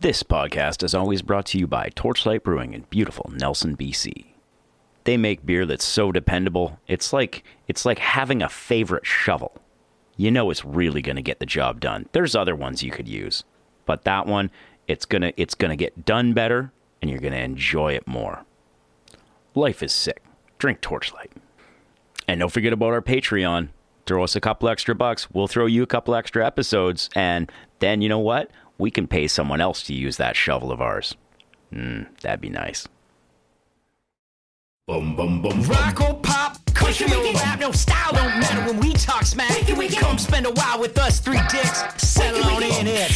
This podcast is always brought to you by Torchlight Brewing in beautiful Nelson, BC. They make beer that's so dependable. It's like it's like having a favorite shovel. You know it's really going to get the job done. There's other ones you could use, but that one it's going to it's going to get done better and you're going to enjoy it more. Life is sick. Drink Torchlight. And don't forget about our Patreon. Throw us a couple extra bucks. We'll throw you a couple extra episodes. And then you know what? We can pay someone else to use that shovel of ours. Mm, that'd be nice. Boom, boom, boom. Rock or pop, country or rap, no style don't matter when we talk smack. Come spend a while with us, three dicks, settle on in it.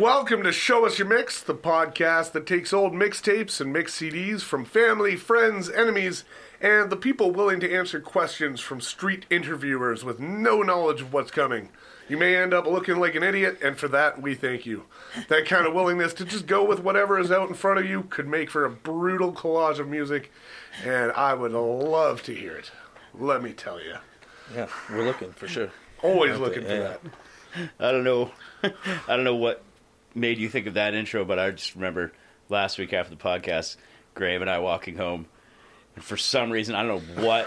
Welcome to Show Us Your Mix, the podcast that takes old mixtapes and mix CDs from family, friends, enemies, and the people willing to answer questions from street interviewers with no knowledge of what's coming. You may end up looking like an idiot, and for that, we thank you. That kind of willingness to just go with whatever is out in front of you could make for a brutal collage of music, and I would love to hear it. Let me tell you. Yeah, we're looking for sure. Always looking for that. I don't know. I don't know what made you think of that intro, but I just remember last week after the podcast, Grave and I walking home, and for some reason I don't know what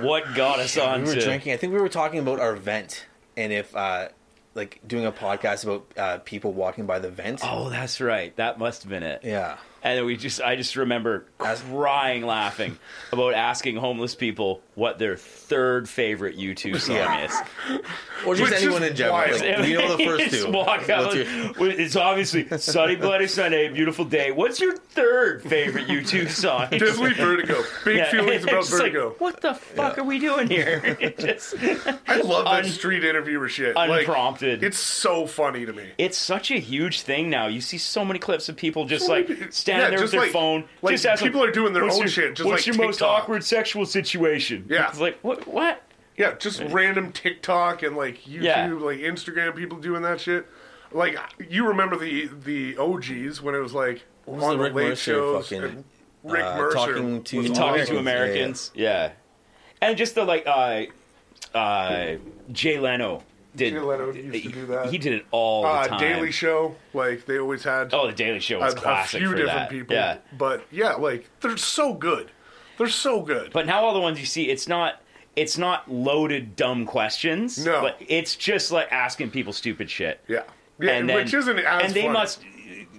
what got us on We were to drinking. I think we were talking about our vent and if uh like doing a podcast about uh people walking by the vent. Oh, that's right. That must have been it. Yeah. And then we just I just remember As- crying laughing about asking homeless people what their third favorite U2 song Yeah. is. Or just Which is anyone in general. wild. Like, we know the first Just two. walk What's out. your- It's obviously sunny, bloody Sunday, beautiful day. What's your third favorite U2 song? Disney Vertigo. Big Yeah, feelings it's about just like, Vertigo. what the fuck are we doing here? It just- I love Un- that street interviewer shit. unprompted. Like, it's so funny to me. it's such a huge thing now. You see so many clips of people just like standing Yeah, there with just their like- phone. like, just asking, people are doing their "What's own your- shit, just what's like your most TikTok." awkward sexual situation? Yeah. It's like what? What? Yeah, just random TikTok and like YouTube, Yeah. like Instagram people doing that shit. Like you remember the the OGs when it was like was on the the, Rick late Mercer shows. fucking, and Rick uh, Mercer talking to- was Talking Talking awesome. to Americans. Yeah. And just the like, uh, uh, Jay Leno did. Jay Leno used to do that. He did it all the uh, time. Daily Show. Like they always had Oh, the Daily Show a, was a classic few for different that. people. Yeah. But yeah, like they're so good. They're so good. But now all the ones you see, it's not it's not loaded dumb questions. No. but it's just like asking people stupid shit. yeah, yeah, and which then- isn't as and they funny. must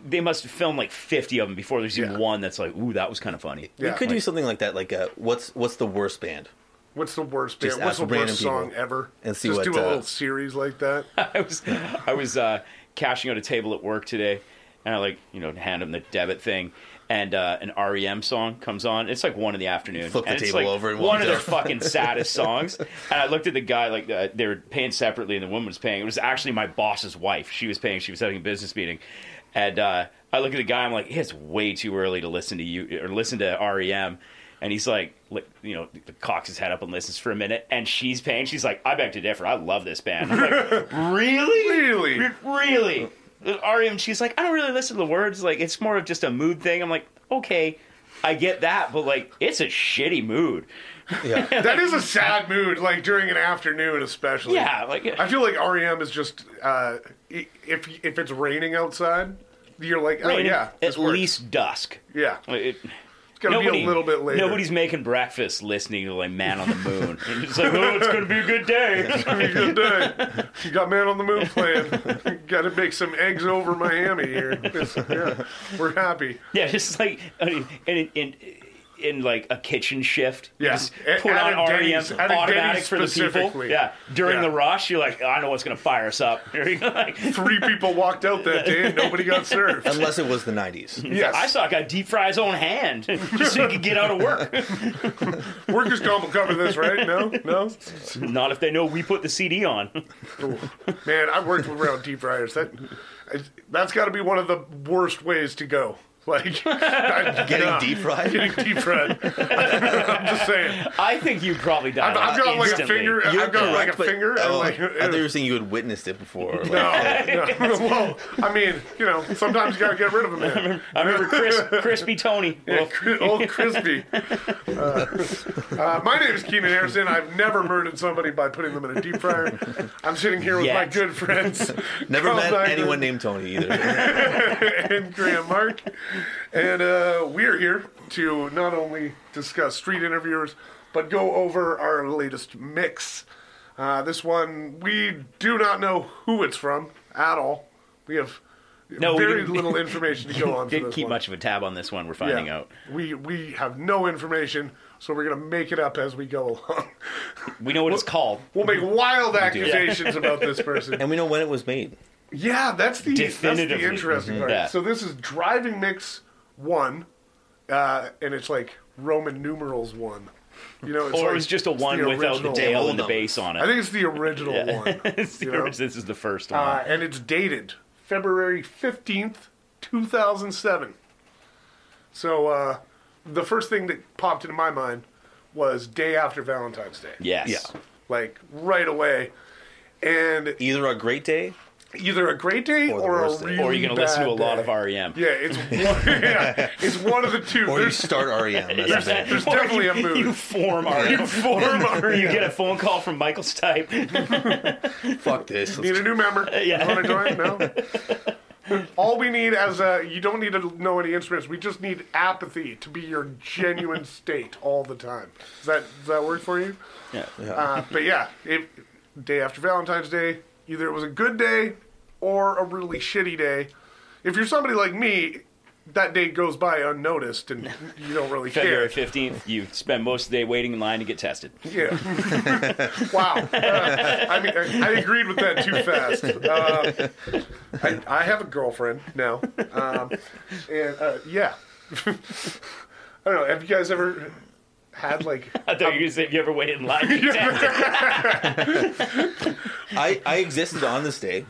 they must film like fifty of them before there's even Yeah. one that's like, ooh, that was kind of funny. We Yeah. could do something like that, like uh what's what's the worst band? What's the worst Just band? What's ask the random worst song people ever? and see Just what, do a uh, little series like that. I was I was uh, cashing out a table at work today, and I like you know hand him the debit thing, and uh, an REM song comes on. It's like one in the afternoon. Flip the and it's table like over and one walk of their out. fucking saddest songs. And I looked at the guy like uh, they were paying separately, and the woman was paying. It was actually my boss's wife. She was paying. She was having a business meeting, and uh, I look at the guy. I'm like, it's way too early to listen to you or listen to REM. And he's like, li- you know, cocks his head up and listens for a minute. And she's paying. She's like, I beg to differ. I love this band. I'm like, really? Really? Re- Really? REM, she's like, I don't really listen to the words. Like, it's more of just a mood thing. I'm like, okay, I get that, but like, it's a shitty mood. Yeah. That is a sad mood, like during an afternoon, especially. Yeah, like, I feel like REM is just uh, i- if if it's raining outside, you're like, oh raining yeah, this at works. least dusk. yeah, Like, it- it's gonna be a little bit later. Nobody's making breakfast listening to like Man on the Moon. And it's like, oh, it's gonna be a good day. Have a good day. You got Man on the Moon playing. got to make some eggs over Miami here. This- yeah, we're happy. yeah, just like I mean, in in in like a kitchen shift. You Yeah. just At- put at on a REM Denny's- at a E automatic Denny's for the people. specifically. Yeah, during Yeah. the rush, you're like, I know what's gonna fire us up. You're like, Three people walked out that day, and nobody got served. Unless it was the nineties. Yes, I saw a guy deep fry his own hand just so he could get out of work. workers' comp will cover this, right? No, no. Not if they know we put the CD on. Man, I worked around deep fryers. That that's got to be one of the worst ways to go. Like, I'm Getting nah, deep fried? Getting deep fried. I'm just saying. I think you probably died. I've, I've got like a instantly. finger. I've got like a but finger. I, and don't- like, Oh, I thought you were saying you had witnessed it before. Like, no, no. well, I mean, you know, sometimes you gotta get rid of a man. I remember Chris, crispy Tony. Yeah, Well, cri- old crispy. Uh, uh, my name is Keenan Harrison. I've never murdered somebody by putting them in a deep fryer. I'm sitting here with my Yet. good friends. Never Carl met Nyberg anyone named Tony either. and Graham Mark, and uh, we're here to not only discuss street interviewers, but go over our latest mix. Uh, this one we do not know who it's from at all. We have No, we very didn't- little information to go on. for didn't this keep one. much of a tab on this one. We're finding out. We we have no information, so we're gonna make it up as we go along. We know what it's called. We'll make wild accusations about this person. and we know when it was made. Yeah, that's the that's the Definitively. interesting part. Yeah. So this is driving mix one, uh, and it's like Roman numerals one. You know, it's Or like it was just a it's the one without the original tail one. and the number. base on I it. think it's the original one, It's the you know? orig- this is the first one. uh, and it's dated February fifteenth, two thousand seven. So uh, the first thing that popped into my mind was day after Valentine's Day, yes. yeah. like right away, and Either a great day. either a great day or, Or the a worst day. Or really Or you're going to listen to a lot bad day. of E REM. Yeah, it's one, yeah, it's one of the two. Or you There's start E REM. That's the thing. There's Or definitely you, a mood. You form REM. form E or You get a phone call from Michael Stipe. Fuck this. need a new member. Uh, yeah. You want to join? No. All we need as a you don't need to know any instruments. We just need apathy to be your genuine state all the time. Does that does that work for you? Yeah. Uh, but yeah, it, day after Valentine's Day, either it was a good day or a really shitty day. If you're somebody like me, that day goes by unnoticed and you don't really February care. 15th, you spend most of the day waiting in line to get tested. Yeah. wow. Uh, I mean, I, I agreed with that too fast. Uh, I, I have a girlfriend now, um, and uh, yeah. I don't know. Have you guys ever had like? I thought you were going to say, have you ever waited in line to get tested? I, I existed on this day.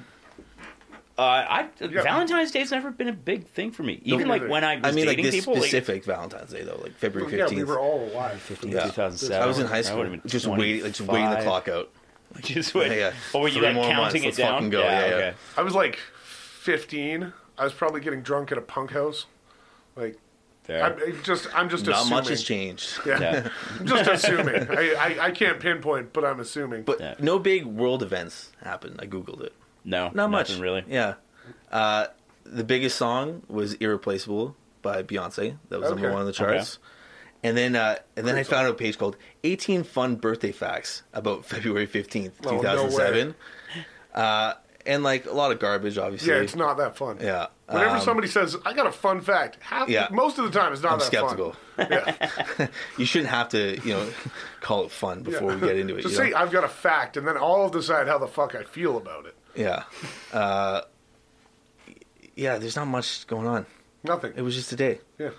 Uh, I, Valentine's Day's never been a big thing for me. Even like either. when I was I mean, like dating this people, like- specific Valentine's Day though, like February Oh, Yeah, fifteenth. we were all alive. yeah. 2007. I was in high I school, would've been just waiting, like just waiting the 25. clock out. Just wait. Yeah, yeah. Or were you Three like more months, counting let's it down? fucking go, yeah, yeah. okay. I was like 15. I was probably getting drunk at a punk house. Like, Fair. I'm it just, I'm just Not assuming. much has changed. Yeah. Yeah. I'm just assuming. I, I, I can't pinpoint, but I'm assuming. But Yeah. no big world events happened. I googled it. No, Not much, nothing really. Yeah. Uh, the biggest song was "Irreplaceable" by Beyonce. That was number Okay. one on the charts. And then, uh, and then I found a page called "18 Fun Birthday Facts" about February fifteenth, Oh, two no thousand seven. uh, and like a lot of garbage, obviously. yeah, it's not that fun. Yeah. Whenever Um, somebody says, "I got a fun fact," half Yeah. most of the time it's not I'm that skeptical. fun. Yeah. You shouldn't have to, you know, call it fun before we get into it. Just you know? say I've got a fact, and then I'll decide how the fuck I feel about it. Yeah. Uh, yeah, there's not much going on. Nothing. It was just a day. yeah.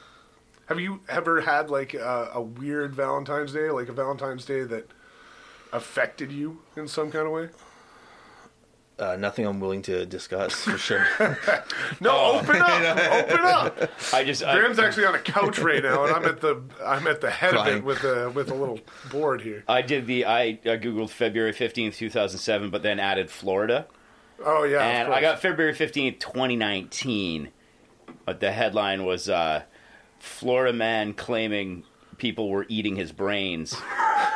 Have you ever had like a, a weird Valentine's Day, like a Valentine's Day that affected you in some kind of way? Uh, nothing I'm willing to discuss for sure. No, Oh. open up, open up. I just I, Graham's actually on a couch right now, and I'm at the I'm at the head of Crying. it with a with a little board here. I did the I, I googled February 15th, 2007, but then added Florida, Oh yeah, of and course. I got February 15th, 2019. But the headline was uh, Florida man claiming people were eating his brains.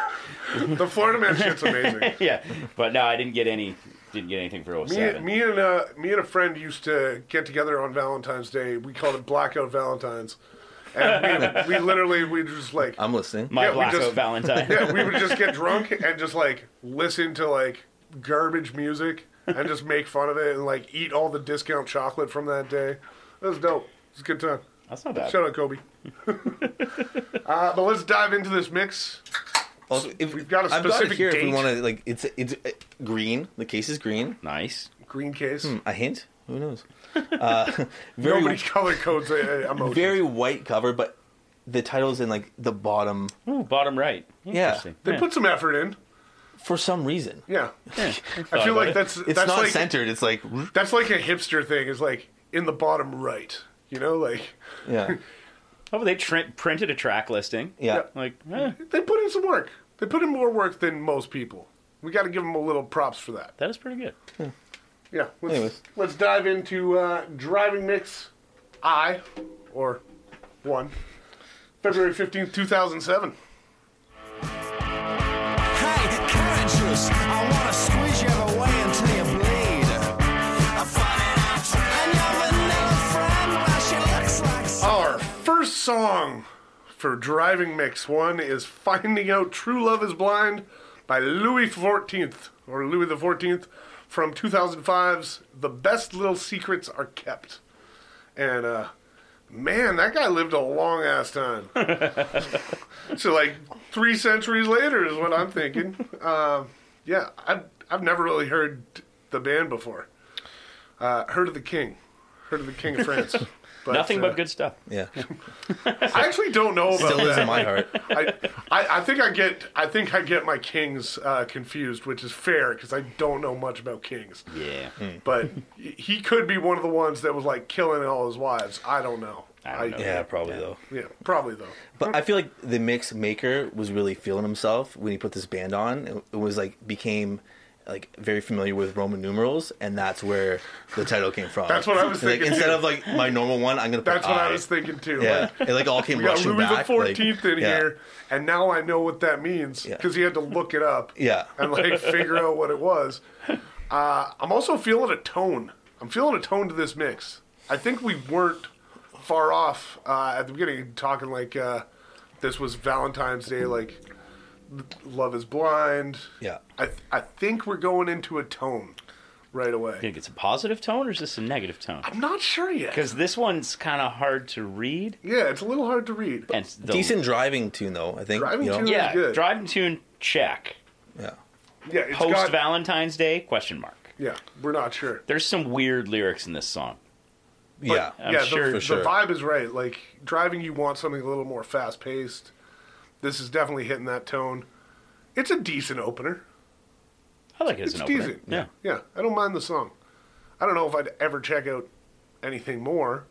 the Florida man shit's amazing. yeah, but no, I didn't get any. Didn't get anything for Me, 07. me and uh, me and a friend used to get together on Valentine's Day. We called it Blackout Valentines, and we, we literally we just like I'm listening. My yeah, we blackout just- Valentine. yeah, we would just get drunk and just like listen to like garbage music and just make fun of it and like eat all the discount chocolate from that day. That was dope. It was a good time. That's not bad. Shout out Kobe. uh, but let's dive into this mix. Also, if, We've got a I've got it specific here if we date. want to like it's it's uh, green. The case is green. Nice. Green case. A hint? Who knows? Uh, Hmm. very Nobody color codes uh, a, a emotion. very white cover, but the title's in like the bottom Ooh, bottom right. Interesting. they Yeah. put some effort in. for some reason. Yeah. Yeah. I feel Thought about like it. that's It's that's not like centered. It's like That's like a hipster thing. Is like in the bottom right. You know, like Yeah. Oh, they tr- printed a track listing. Yeah. Like, eh, they put in some work. They put in more work than most people. We got to give them a little props for that. that is pretty good. Yeah. Let's, Anyways. let's dive into uh, driving mix I or one February fifteenth, two thousand seven. Hey, carrot juice, I wanna squeeze you every way until you bleed. A fun and a trend. And your vanilla friend, well, she looks like Our first song for driving mix one is "Finding Out True Love Is Blind" by Louis Fourteenth or Louis the Fourteenth from 2005's "The Best Little Secrets Are Kept," and uh, man, that guy lived a long ass time. so like three centuries later is what I'm thinking. Uh, yeah, I've I've never really heard the band before. Uh, heard of the King, heard of the King of France. But, Nothing uh, but good stuff. Yeah. I actually don't know about Still is that. in my heart. I, I, I think I get I think I get my kings uh, confused, which is fair because I don't know much about kings. Yeah. But he could be one of the ones that was like killing all his wives. I don't know. I don't know. Yeah, probably though. yeah, probably though. But I feel like the mix maker was really feeling himself when he put this band on. It- It was like became like very familiar with Roman numerals, and that's where the title came from. That's what I was Like, thinking, instead too. of like my normal one, I'm gonna. Put That's what I I. was thinking too. Yeah, Like, it like all came we got rushing Louis back. the Fourteenth like, in yeah. here, and now I know what that means Yeah. because he had to look it up. Yeah. and like figure out what it was. Uh, I'm also feeling a tone. I'm feeling a tone to this mix. I think we weren't far off uh, at the beginning, talking like uh, this was Valentine's Day, like love is blind. Yeah. I th- I think we're going into a tone right away. Think it's a positive tone or is this a negative tone? I'm not sure yet. Because this one's kind of hard to read. Yeah, it's a little hard to read. And the, Decent driving tune though, I think. Driving you know? tune- Yeah. Good. Drive and tune check. Yeah. Yeah, it's Post got- Valentine's Day question mark. Yeah, we're not sure. There's some weird lyrics in this song. Yeah. I'm yeah, sure- the, For the sure. vibe is right. Like driving, you want something a little more fast paced. This is definitely hitting that tone. It's a decent opener. I like it as It's an opener. decent. Yeah. Yeah, I don't mind the song. I don't know if I'd ever check out anything more.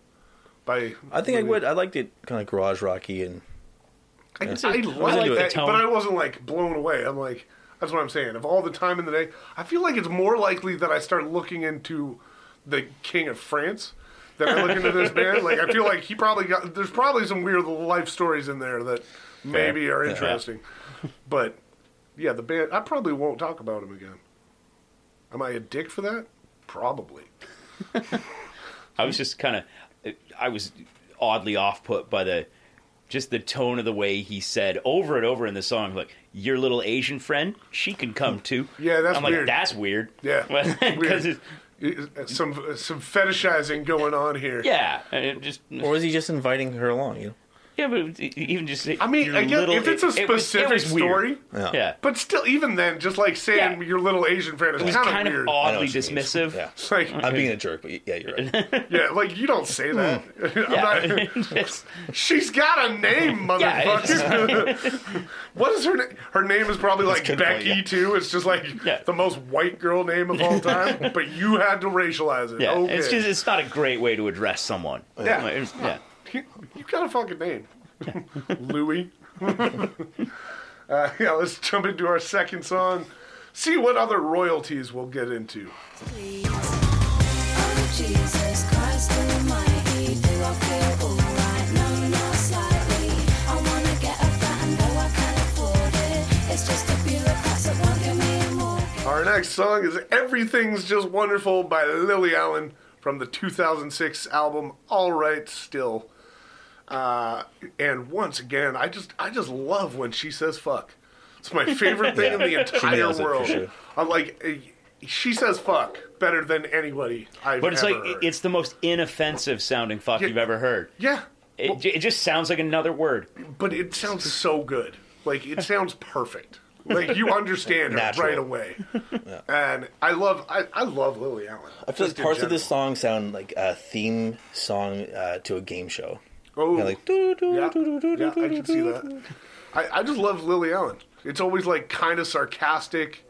By I think I would. I liked it kind of garage rocky and I, a- I I like like the that, tone. but I wasn't like blown away. I'm like, that's what I'm saying. Of all the time in the day, I feel like it's more likely that I start looking into the King of France than I look into this band. Like, I feel like he probably got there's probably some weird life stories in there that maybe are interesting. But yeah, the band. I probably won't talk about him again. Am I a dick for that? Probably. I was just kind of, I was oddly off put by the, just the tone of the way he said over and over in the song, like your little Asian friend, she can come too. Yeah, that's I'm like, weird. that's weird. Yeah, weird. uh, because Some some fetishizing going on here. yeah, and it just or was he just inviting her along, you know? yeah, but it- even just I mean, your I guess little- if it's a it- it was- it specific was weird. story, Yeah. yeah, But still, even then, just like saying Yeah. your little Asian friend it is was kind, kind of of weird. I know oddly what you mean. dismissive. Yeah. It's like, I'm being a jerk, but yeah, you're right. yeah, like you don't say that. I'm not- Yeah, It's- she's got a name, Yeah, motherfucker. what is her name? Her name is probably like That's Becky convenient. too. It's just like Yeah. the most white girl name of all time. but you had to racialize it. yeah, okay. it's just it's not a great way to address someone. Oh, Yeah. Like, it's- yeah. you got a fucking name, Louis. uh, yeah, let's jump into our second song. See what other royalties we'll get into. Please. Oh Jesus Christ Almighty, do I feel alright? No, not slightly. I wanna get a flat and know I can afford it. It's just the bureaucrats that won't give me a mortgage. Our next song is Everything's Just Wonderful by Lily Allen from the 2006 album All Right Still. Uh, and once again, I just I just love when she says fuck. It's my favorite thing in the entire nails it for world. sure. I'm like eh, she says fuck better than anybody I've But it's ever like heard. it's the most inoffensive sounding fuck Yeah. you've ever heard. yeah. It, Well, it just sounds like another word. but it sounds so good. Like it sounds perfect. Like you understand her Natural. right away. And I love I, I love Lily Allen. I feel like parts of this song sound like a theme song uh, to a game show. Oh, Yeah, like doo doo Yeah, doo doo yeah, doo I can see that. I, I just love Lily Allen. It's always like kind of sarcastic.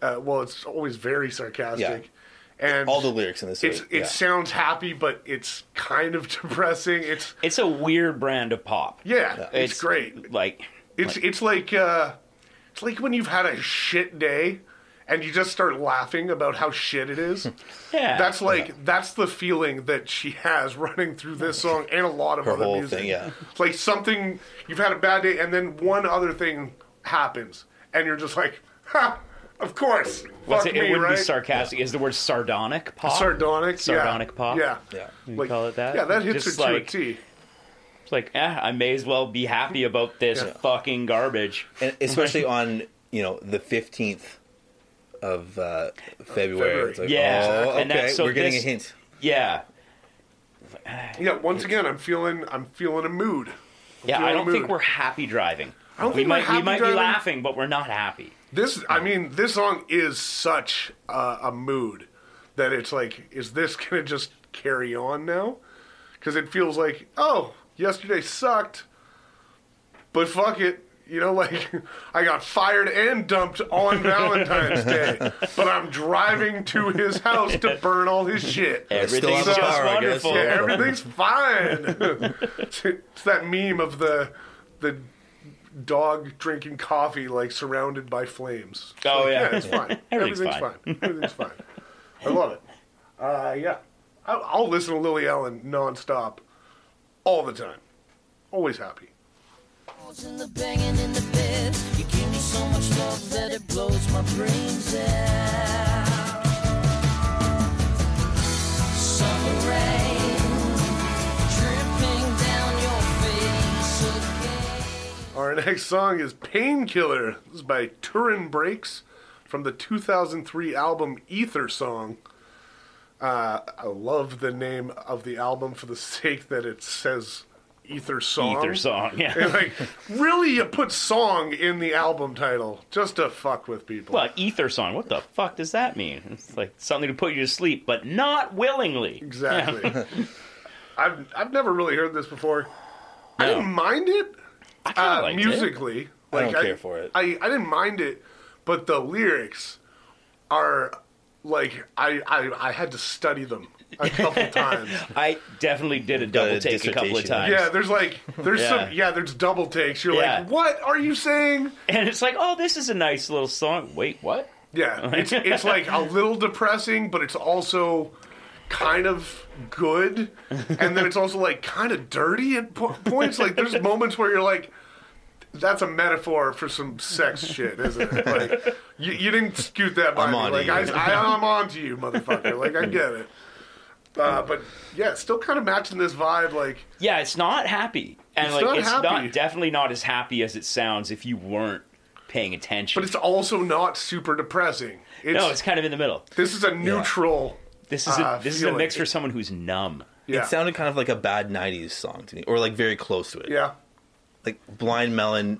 Uh, well, it's always very sarcastic, and All the lyrics in this. It's, are- it yeah. sounds happy, but it's kind of depressing. It's It's a weird brand of pop. yeah, It's, great. Like It's it's like uh, it's like when you've had a shit day, and you just start laughing about how shit it is. yeah, That's like that's the feeling that she has running through this song and a lot of Her other whole music. thing, yeah. It's like something you've had a bad day, and then one other thing happens, and you're just like, ha, of course, What's fuck it, it me, wouldn't right? be sarcastic. Is the word sardonic pop? Sardonic, yeah. Sardonic pop? yeah, Yeah. You Like, call it that? Yeah, that hits Just her like- to a T. It's like, eh, I may as well be happy about this fucking garbage. and especially on you know the fifteenth of uh, February. It's like, Yeah. oh, okay, And that- so we're getting this- a hint. Yeah, Yeah, once again, I'm feeling I'm feeling a mood. yeah. You're I in a don't think mood. we're happy driving. I don't we think we're might we happy might driving. be laughing, but we're not happy. This, I mean, this song is such a, a mood that it's like, is this gonna just carry on now? Because it feels like, oh, yesterday sucked, but fuck it, you know, like I got fired and dumped on Valentine's Day, but I'm driving to his house to burn all his shit. still Everything's have just a car, I guess. wonderful. Yeah, everything's fine. it's, it's that meme of the the dog drinking coffee like surrounded by flames. It's Oh, like, yeah. it's fine. Everything's fine. Everything's fine. I love it. Uh, yeah, I, I'll listen to Lily Allen nonstop, all the time, always happy. balls and the banging in the bed. You give me so much love that it blows my brains out. Summer rain dripping down your face again. Our next song is Painkiller. This is by Turin Breaks from the 2003 album Ether Song. Uh, I love the name of the album for the sake that it says Ether Song. Ether song. Yeah. And, like, really, you put song in the album title just to fuck with people. Well, ether song. What the fuck does that mean? It's like something to put you to sleep, but not willingly. Exactly. I've, I've never really heard this before. I No. didn't mind it. I kinda uh, liked it. musically. I don't care for it. I, I didn't mind it, but the lyrics are like I, I I had to study them a couple times. I definitely did a double a take a couple of dissertation. times. Yeah, there's like there's Yeah. some yeah, there's double takes. You're Yeah. like, what are you saying? And it's like, oh, this is a nice little song. Wait, what? Yeah, it's it's like a little depressing, but it's also kind of good, and then it's also like kind of dirty at po- points. Like there's moments where you're like, "That's a metaphor for some sex shit, isn't it?" Like you, you didn't scoot that by I'm me. onto Like you. I, I, I'm on to you, motherfucker. Like I get it, uh, but yeah, still kind of matching this vibe. Like Yeah, it's not happy. And It's like not it's happy. not definitely not as happy as it sounds if you weren't paying attention. but it's also not super depressing. It's, no, it's kind of in the middle. this is a neutral. This is Ah, a, this is a feeling. mix for someone who's numb. Yeah, It sounded kind of like a bad '90s song to me, or like very close to it. yeah. Like Blind Melon,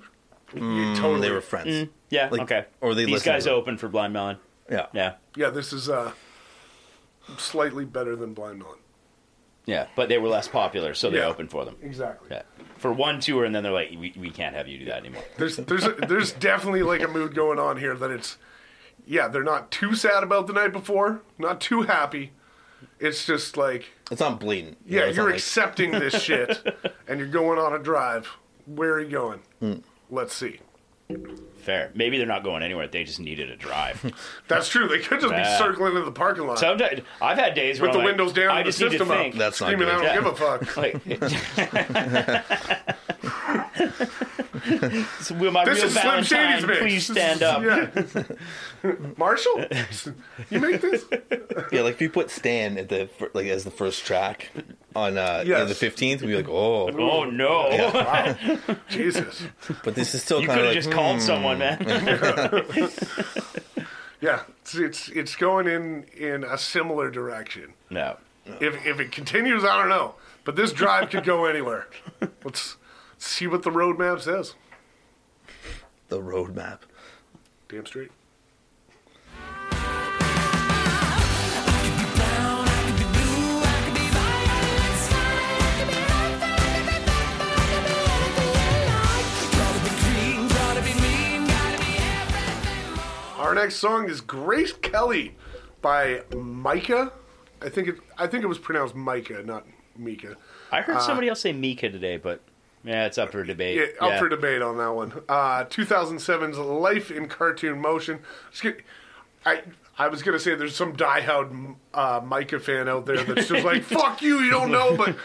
You mm, totally they were friends. Yeah, Like- okay. or they These listen guys to it. open for Blind Melon. Yeah. Yeah. Yeah, this is uh, slightly better than Blind Melon. Yeah, but they were less popular, so they Yeah. opened for them. Exactly. Yeah. For one tour, and then they're like, we, we can't have you do that anymore. There's there's there's definitely like a mood going on here that it's yeah, they're not too sad about the night before, not too happy. It's just like It's not blatant. you yeah, know, it's not you're like- accepting this shit and you're going on a drive. Where are you going? Hmm. Let's see. Fair. Maybe they're not going anywhere. They just needed a drive. That's true. They could just Yeah. be circling in the parking lot Sometimes I've had days where with the I'm like, windows down, I and the just need to system up, think. That's not screaming, good. "I don't Yeah. give a fuck." Like, so will my This real is Slim Shady's Valentine mix. please stand up? Yeah. Marshall, you make this? yeah, like if you put Stan at the fir- like as the first track on uh, you know, Yes. the fifteenth, we'd be like, oh, Oh no! Yeah. Wow, Jesus. but this is still You kind could have of like just hmm, called someone, man. Yeah, it's it's, it's going in in a similar direction. no. If if it continues, I don't know, but this drive could go anywhere. Let's see what the roadmap says. the roadmap. Damn straight. Our next song is Grace Kelly by Micah. I think it. I think it was pronounced Micah, not Mika. I heard somebody else say Mika today, but yeah, it's up for debate. Uh, Yeah, up Yeah. for debate on that one. Uh, 2007's Life in Cartoon Motion. Just get- I I was gonna say there's some diehard uh, Micah fan out there that's just like fuck you, you don't know, but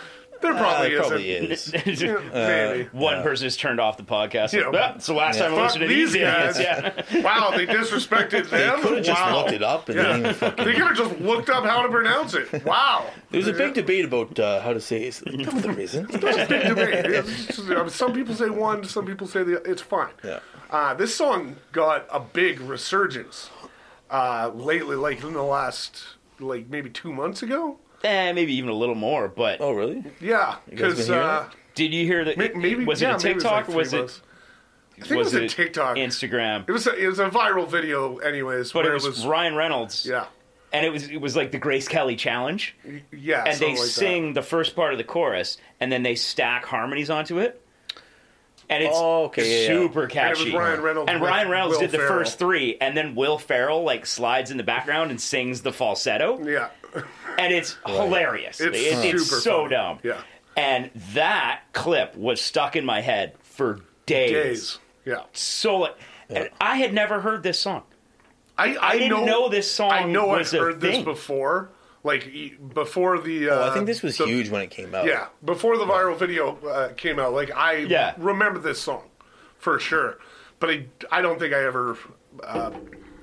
there Uh, probably it isn't. probably is. Uh, Yeah, maybe. One person has turned off the podcast. Yeah. Like, "Ah, it's the last time I Fuck listened to these these idiots." guys. Yeah. wow, they disrespected They them. could have just wow. looked it up and Yeah. then fucking. They could have just looked up how to pronounce it. Wow. There's a big debate about uh, how to say it. No, there isn't. It's a big debate. It's just- I mean, some people say one, some people say the. It's fine. Yeah. Uh, this song got a big resurgence uh, lately, like in the last, like maybe two months ago. Eh, maybe even a little more. But Oh, really? Yeah, guys because been hearing uh, did you hear that? may- maybe was yeah, it a maybe TikTok? was, or like was three months. I think was it it was a TikTok. Instagram? It was a, it was a viral video, anyways. but where it was, it was Ryan Reynolds. yeah, And it was it was like the Grace Kelly challenge, yeah. and they something like that. sing the first part of the chorus, and then they stack harmonies onto it, and it's Oh, okay, yeah, yeah. super And it catchy. was Ryan Reynolds. And with Ryan Reynolds Will did the Ferrell. first three, and then Will Ferrell like slides in the background and sings the falsetto, Yeah, and it's hilarious. It's It- super so funny. dumb. Yeah. And that clip was stuck in my head for days. days. Yeah, So, like, and I had never heard this song. I, I, didn't know this song I know was I've a heard this thing. before. Like e- before the. Uh, Well, Oh, I think this was the- huge when it came out. Yeah, before the viral video uh, came out, like I Yeah. remember this song for sure, but I, I don't think I ever uh,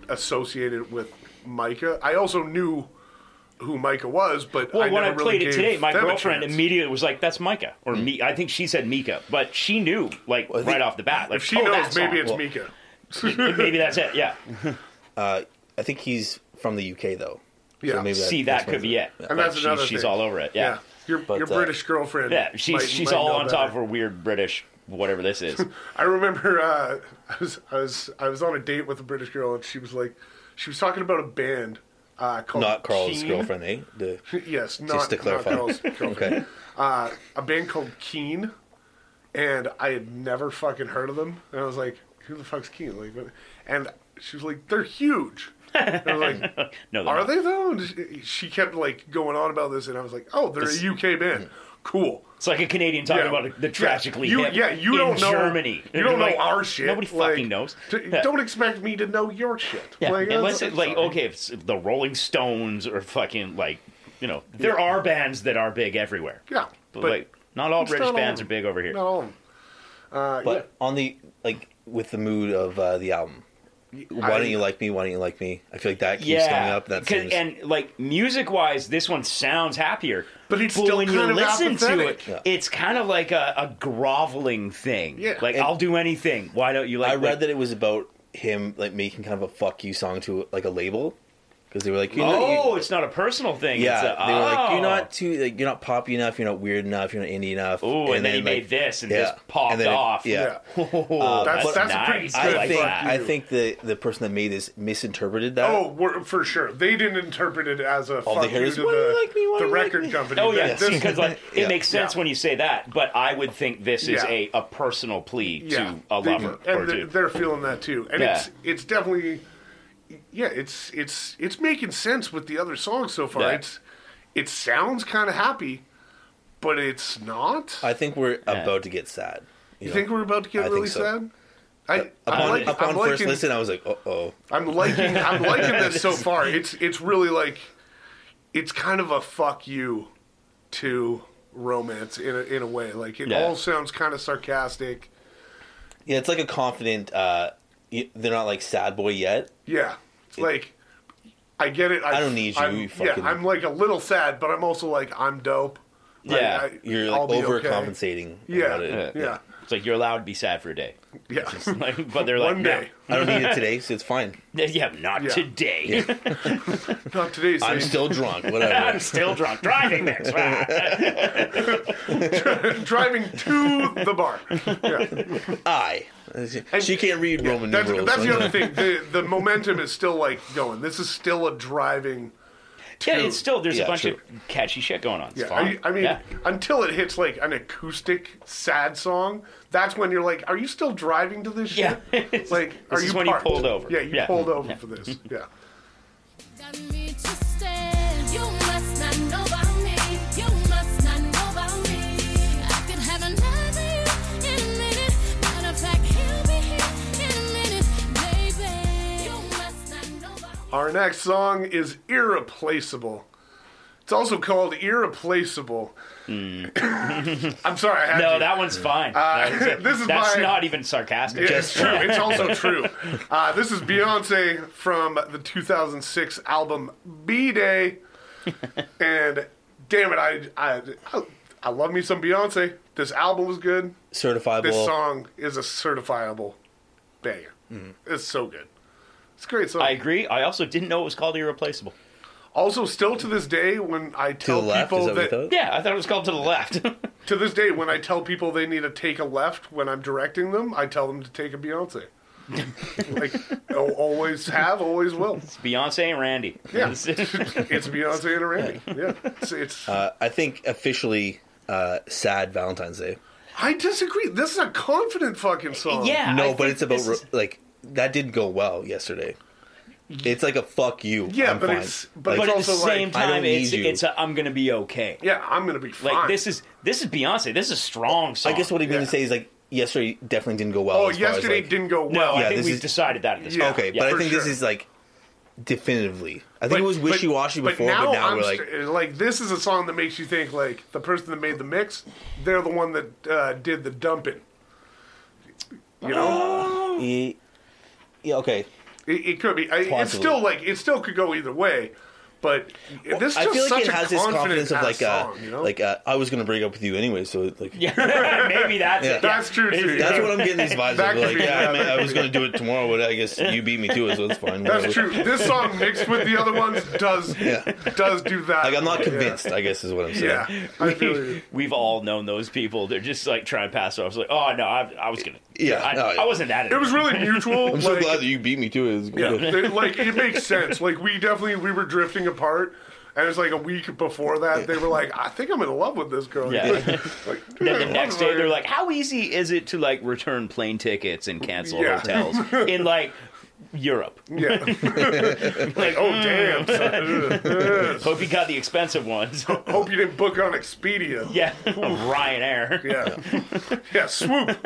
associated it with Micah. I also knew who Micah was, but Well, I when I never really played it gave today, my them a girlfriend chance. immediately was like, "That's Mika," or me. I think she said Mika, but she knew like Hmm. I think- right off the bat. Like If she "Oh, that knows, song." maybe it's Well, Micah. Maybe that's it. Yeah. I think he's from the UK though. Yeah. See, that could explains be it. And Like, that's she- another She's thing. all over it. Yeah. your But, your uh, British girlfriend. Yeah. she's might- she's might all know on top of better. her weird British whatever this is. I remember uh, I was I was I was on a date with a British girl, and she was like, she was talking about a band uh, called Not Carl's Keen. girlfriend, eh? The, Yes, not, just to clarify. not Carl's girlfriend. okay. uh, a band called Keen, and I had never fucking heard of them. And I was like, "Who the fuck's Keen?" Like, what- and she was like, "They're huge." And I was like, No, they're "Are not. they though?" And she- she kept like going on about this, and I was like, "Oh, they're a UK band. Cool." It's like a Canadian talking Yeah. about the Yeah. tragically you, hip Yeah, you in don't know Germany. You don't Like, know our shit. Nobody Like, fucking knows. t- Yeah. Don't expect me to know your shit. Yeah, Like, unless that's- it, like sorry. okay, if it's the Rolling Stones or fucking like you know, there are bands that are big everywhere. Yeah, but, but like not all it's British not all bands of are big over here. Not all of them. Uh, But on the like with the mood of uh, the album. Why I- don't you like me? Why don't you like me? I feel like that keeps coming yeah, up. That 'cause- seems, and like music wise, this one sounds happier. But it's still when kind you of listen to it, apathetic. Yeah. it's kind of like a, a groveling thing. Yeah. like And- I'll do anything. Why don't you like? I read like, that it was about him like making kind of a fuck you song to like a label because they were like, you know, you- Oh, it's not a personal thing. yeah, it's a, they were like, oh. you're not too like you're not poppy enough, you're not weird enough, you're not indie enough. Ooh, and, then, he like, made this, and yeah. this popped And then it- off. yeah. Yeah. Uh, that's that's that's a pretty nice. good. I like think that. I think the the person that made this misinterpreted that. Oh, we're, for sure. They didn't interpret it as a Uh, they fuck heard you is, to "Why do you the, like me? Why the do you like record me?" company. Oh yeah, This- because like Yeah. it makes sense Yeah. when you say that, but I would think this is Yeah. a, a personal plea yeah, to a they- lover or and they're, two. they're feeling that too. And Yeah. it's it's definitely, yeah, it's it's it's making sense with the other songs so far. Yeah. It's it sounds kind of happy, but it's not. I think we're about to get sad. you think we're about to get I think really so. Uh, sad? I, upon, I'm, like, upon I'm first liking, listen? I was like, uh oh, I'm liking I'm liking this so far. It's it's really like it's kind of a fuck you to romance in a, in a way. Like it Yeah. all sounds kind of sarcastic. yeah, it's like a confident. uh y- They're not like sad boy yet. Yeah, it's like I get it. I, I don't need you, I'm- you fucking- yeah, I'm like a little sad, but I'm also like I'm dope. Like, Yeah, I- You're I'll like be okay. overcompensating. Yeah, about it. yeah, It's like you're allowed to be sad for a day, yeah. like, but they're like, One day, I don't need it today, so it's fine. no, yeah, not Yeah. today. not today. I'm Steve. still drunk. Whatever. I'm still drunk driving next. driving to the bar. Yeah. I. She can't read Roman That's, numerals. that's the so- other thing. The, the momentum is still like going. This is still a driving. yeah, it's still there's Yeah, a bunch true. of catchy shit going on. It's Yeah, fine. I, I mean, yeah. until it hits like an acoustic sad song, that's when you're like, "Are you still driving to this shit? Yeah. Like, are is you when you parked? pulled over. Yeah, you Yeah. pulled over for this. Yeah, Got me to Our next song is Irreplaceable. It's also called Irreplaceable. I'm sorry, I had Hmm. No, to. that one's fine. That was it. Uh, this is That's my- not even sarcastic. It's true. It's also true. Uh, this is Beyonce from the 2006 album B Day, and damn it, I, I I I love me some Beyonce. This album was good. Certifiable. This song is a certifiable banger. Mm-hmm. It's so good. It's a great song. I agree. I also didn't know it was called irreplaceable. also, still to this day, when I to the tell left. Is people that what that you thought? Yeah, I thought it was called to the left. to this day, when I tell people they need to take a left when I'm directing them, I tell them to take a Beyonce. like, al- always have, always will. it's Beyonce and Randy. Yeah. It's- it's- It's Beyonce and Randy. Yeah, it's. it's Uh, I think officially uh, sad Valentine's Day. I disagree. This is a confident fucking song. yeah. I No, but think it's about this re- is- like that did go well yesterday. It's like a fuck you. Yeah, I'm but fine. it's- but but Like, at the also like, same I don't time, need it's you. it's a, I'm gonna be okay. yeah. I'm gonna be fine. Like this is this is Beyonce. This is a strong song. I guess what he meant Yeah. to say is like yesterday definitely didn't go well. Oh, as far as, yesterday like- didn't go No, well. Yeah, I think this we've is- decided that at this Yeah. point. Okay, Yeah, but I for think this sure. is like definitively. I think it was but- wishy washy before, but now, I'm we're like, st- like, this is a song that makes you think like the person that made the mix, they're the one that uh, did the dumping. You know, eh, yeah, okay. it, it could be. I, it's Possibly. still like it still could go either way, but this is I just feel like such it has a this confidence of like, uh, song, you know? like uh, I was gonna break up with you anyway, so like, Yeah, maybe that's Yeah. it. That's true, It is- too. that's what I'm getting these vibes. That of. could Like, be- yeah, I, mean, I was gonna do it tomorrow, but I guess you beat me to it, so it's fine. That's whatever. true. This song mixed with the other ones does does do that. Like I'm not Yeah. convinced. I guess is what I'm saying. Yeah, I feel you. We've all known those people. They're just like trying to pass off. It's like, oh no, I, I was gonna. Yeah, I, no, yeah. I wasn't that. It was really mutual. I'm so glad that you beat me to it. It's Yeah, good. they- like it makes sense. Like we definitely we were drifting apart, and it's like a week before that they were like, "I think I'm in love with this girl." Yeah. Like, Then the next day, they're like, "How easy is it to like return plane tickets and cancel Yeah. hotels in like Europe? "Yeah, Like, "Mm." oh damn." son. Yes. hope you got the expensive ones." Hope you didn't book on Expedia. yeah, Ryanair. Yeah, yeah. Swoop,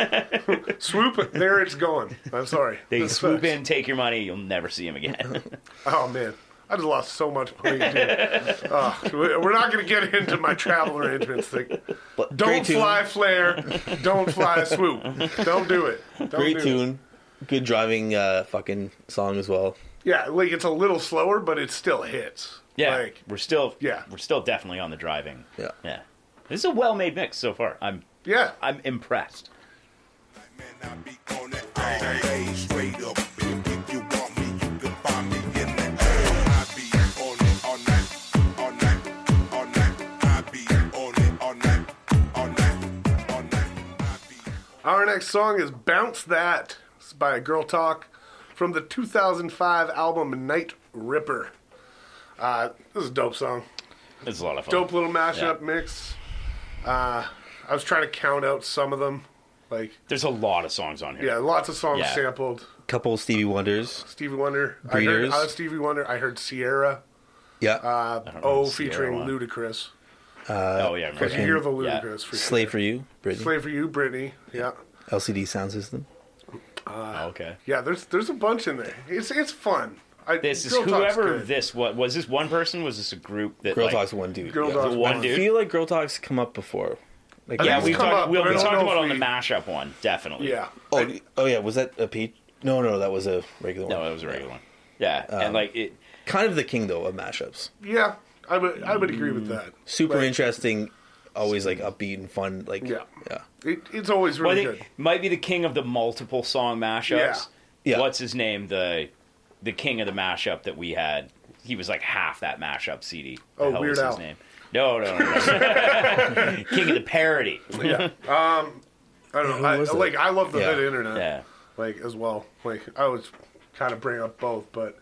swoop. There it's gone. I'm sorry. They This swoop sucks. in, take your money. You'll never see him again. Oh man, I just lost so much money. dude. Oh, we- we're not going to get into my travel arrangements thing. But Don't great tune. fly flare. Don't fly swoop. Don't do it. Don't Great do It. tune. Good driving uh, fucking song as well. Yeah, like it's a little slower, but it still hits. Yeah, Like, we're still. Yeah. we're still definitely on the driving. Yeah. yeah. This is a well-made mix so far. I'm, yeah. I'm impressed. Man, I be on it all day, straight up. And if you want me, you can find me in the air. I be on it all night, all night, all night. I be on it all night, all night, all night. I be Our next song is Bounce That. It's by Girl Talk from the 2005 album Night Ripper. Uh, this is a dope song. It's a lot of fun. Dope little mashup mix. Uh, I was trying to count out some of them. Like, There's a lot of songs on here. yeah, lots of songs Yeah. sampled. Couple Stevie Wonders. Stevie Wonder. Breeders. I heard uh, Stevie Wonder. I heard Sierra. Yeah. Uh, don't know oh, the Sierra featuring one. Ludacris. Oh yeah, I remember Because you that. hear the Yeah. Ludacris for sure. Slave for You, Brittany. Slave for You, Britney. Yeah. LCD Sound System. Oh, okay. Yeah, there's there's a bunch in there. It's it's fun. I, This is Girl Talk's whoever good. this was. Was this one person? Was this a group that Girl like, Talk's one dude. Girl yeah. Talk's The one I dude? feel like Girl Talk's come up before. Like, think Yeah, it's we've come talked. up, we'll, but I we don't talked know about if it on the we- mashup one, definitely. Yeah. Oh, oh yeah. Was that a Pete? No, no, that was a regular one. No, it was a regular one. Yeah, Um, and like it. Kind of the king though of mashups. Yeah, I would I would agree with that. Mm. Super Like, interesting. Always like upbeat and fun. Like Yeah. yeah. It, it's always Well, I really think good. might be the king of the multiple song mashups. Yeah. Yeah. What's his name? The the king of the mashup that we had. He was like half that mashup CD. The Oh, hell Weird was his Al. name? No, no, no. no. king of the parody. Um, I don't who know. I, was it? like I love the Yeah. meta internet. Yeah. Like as well. Like I always kind of bring up both, but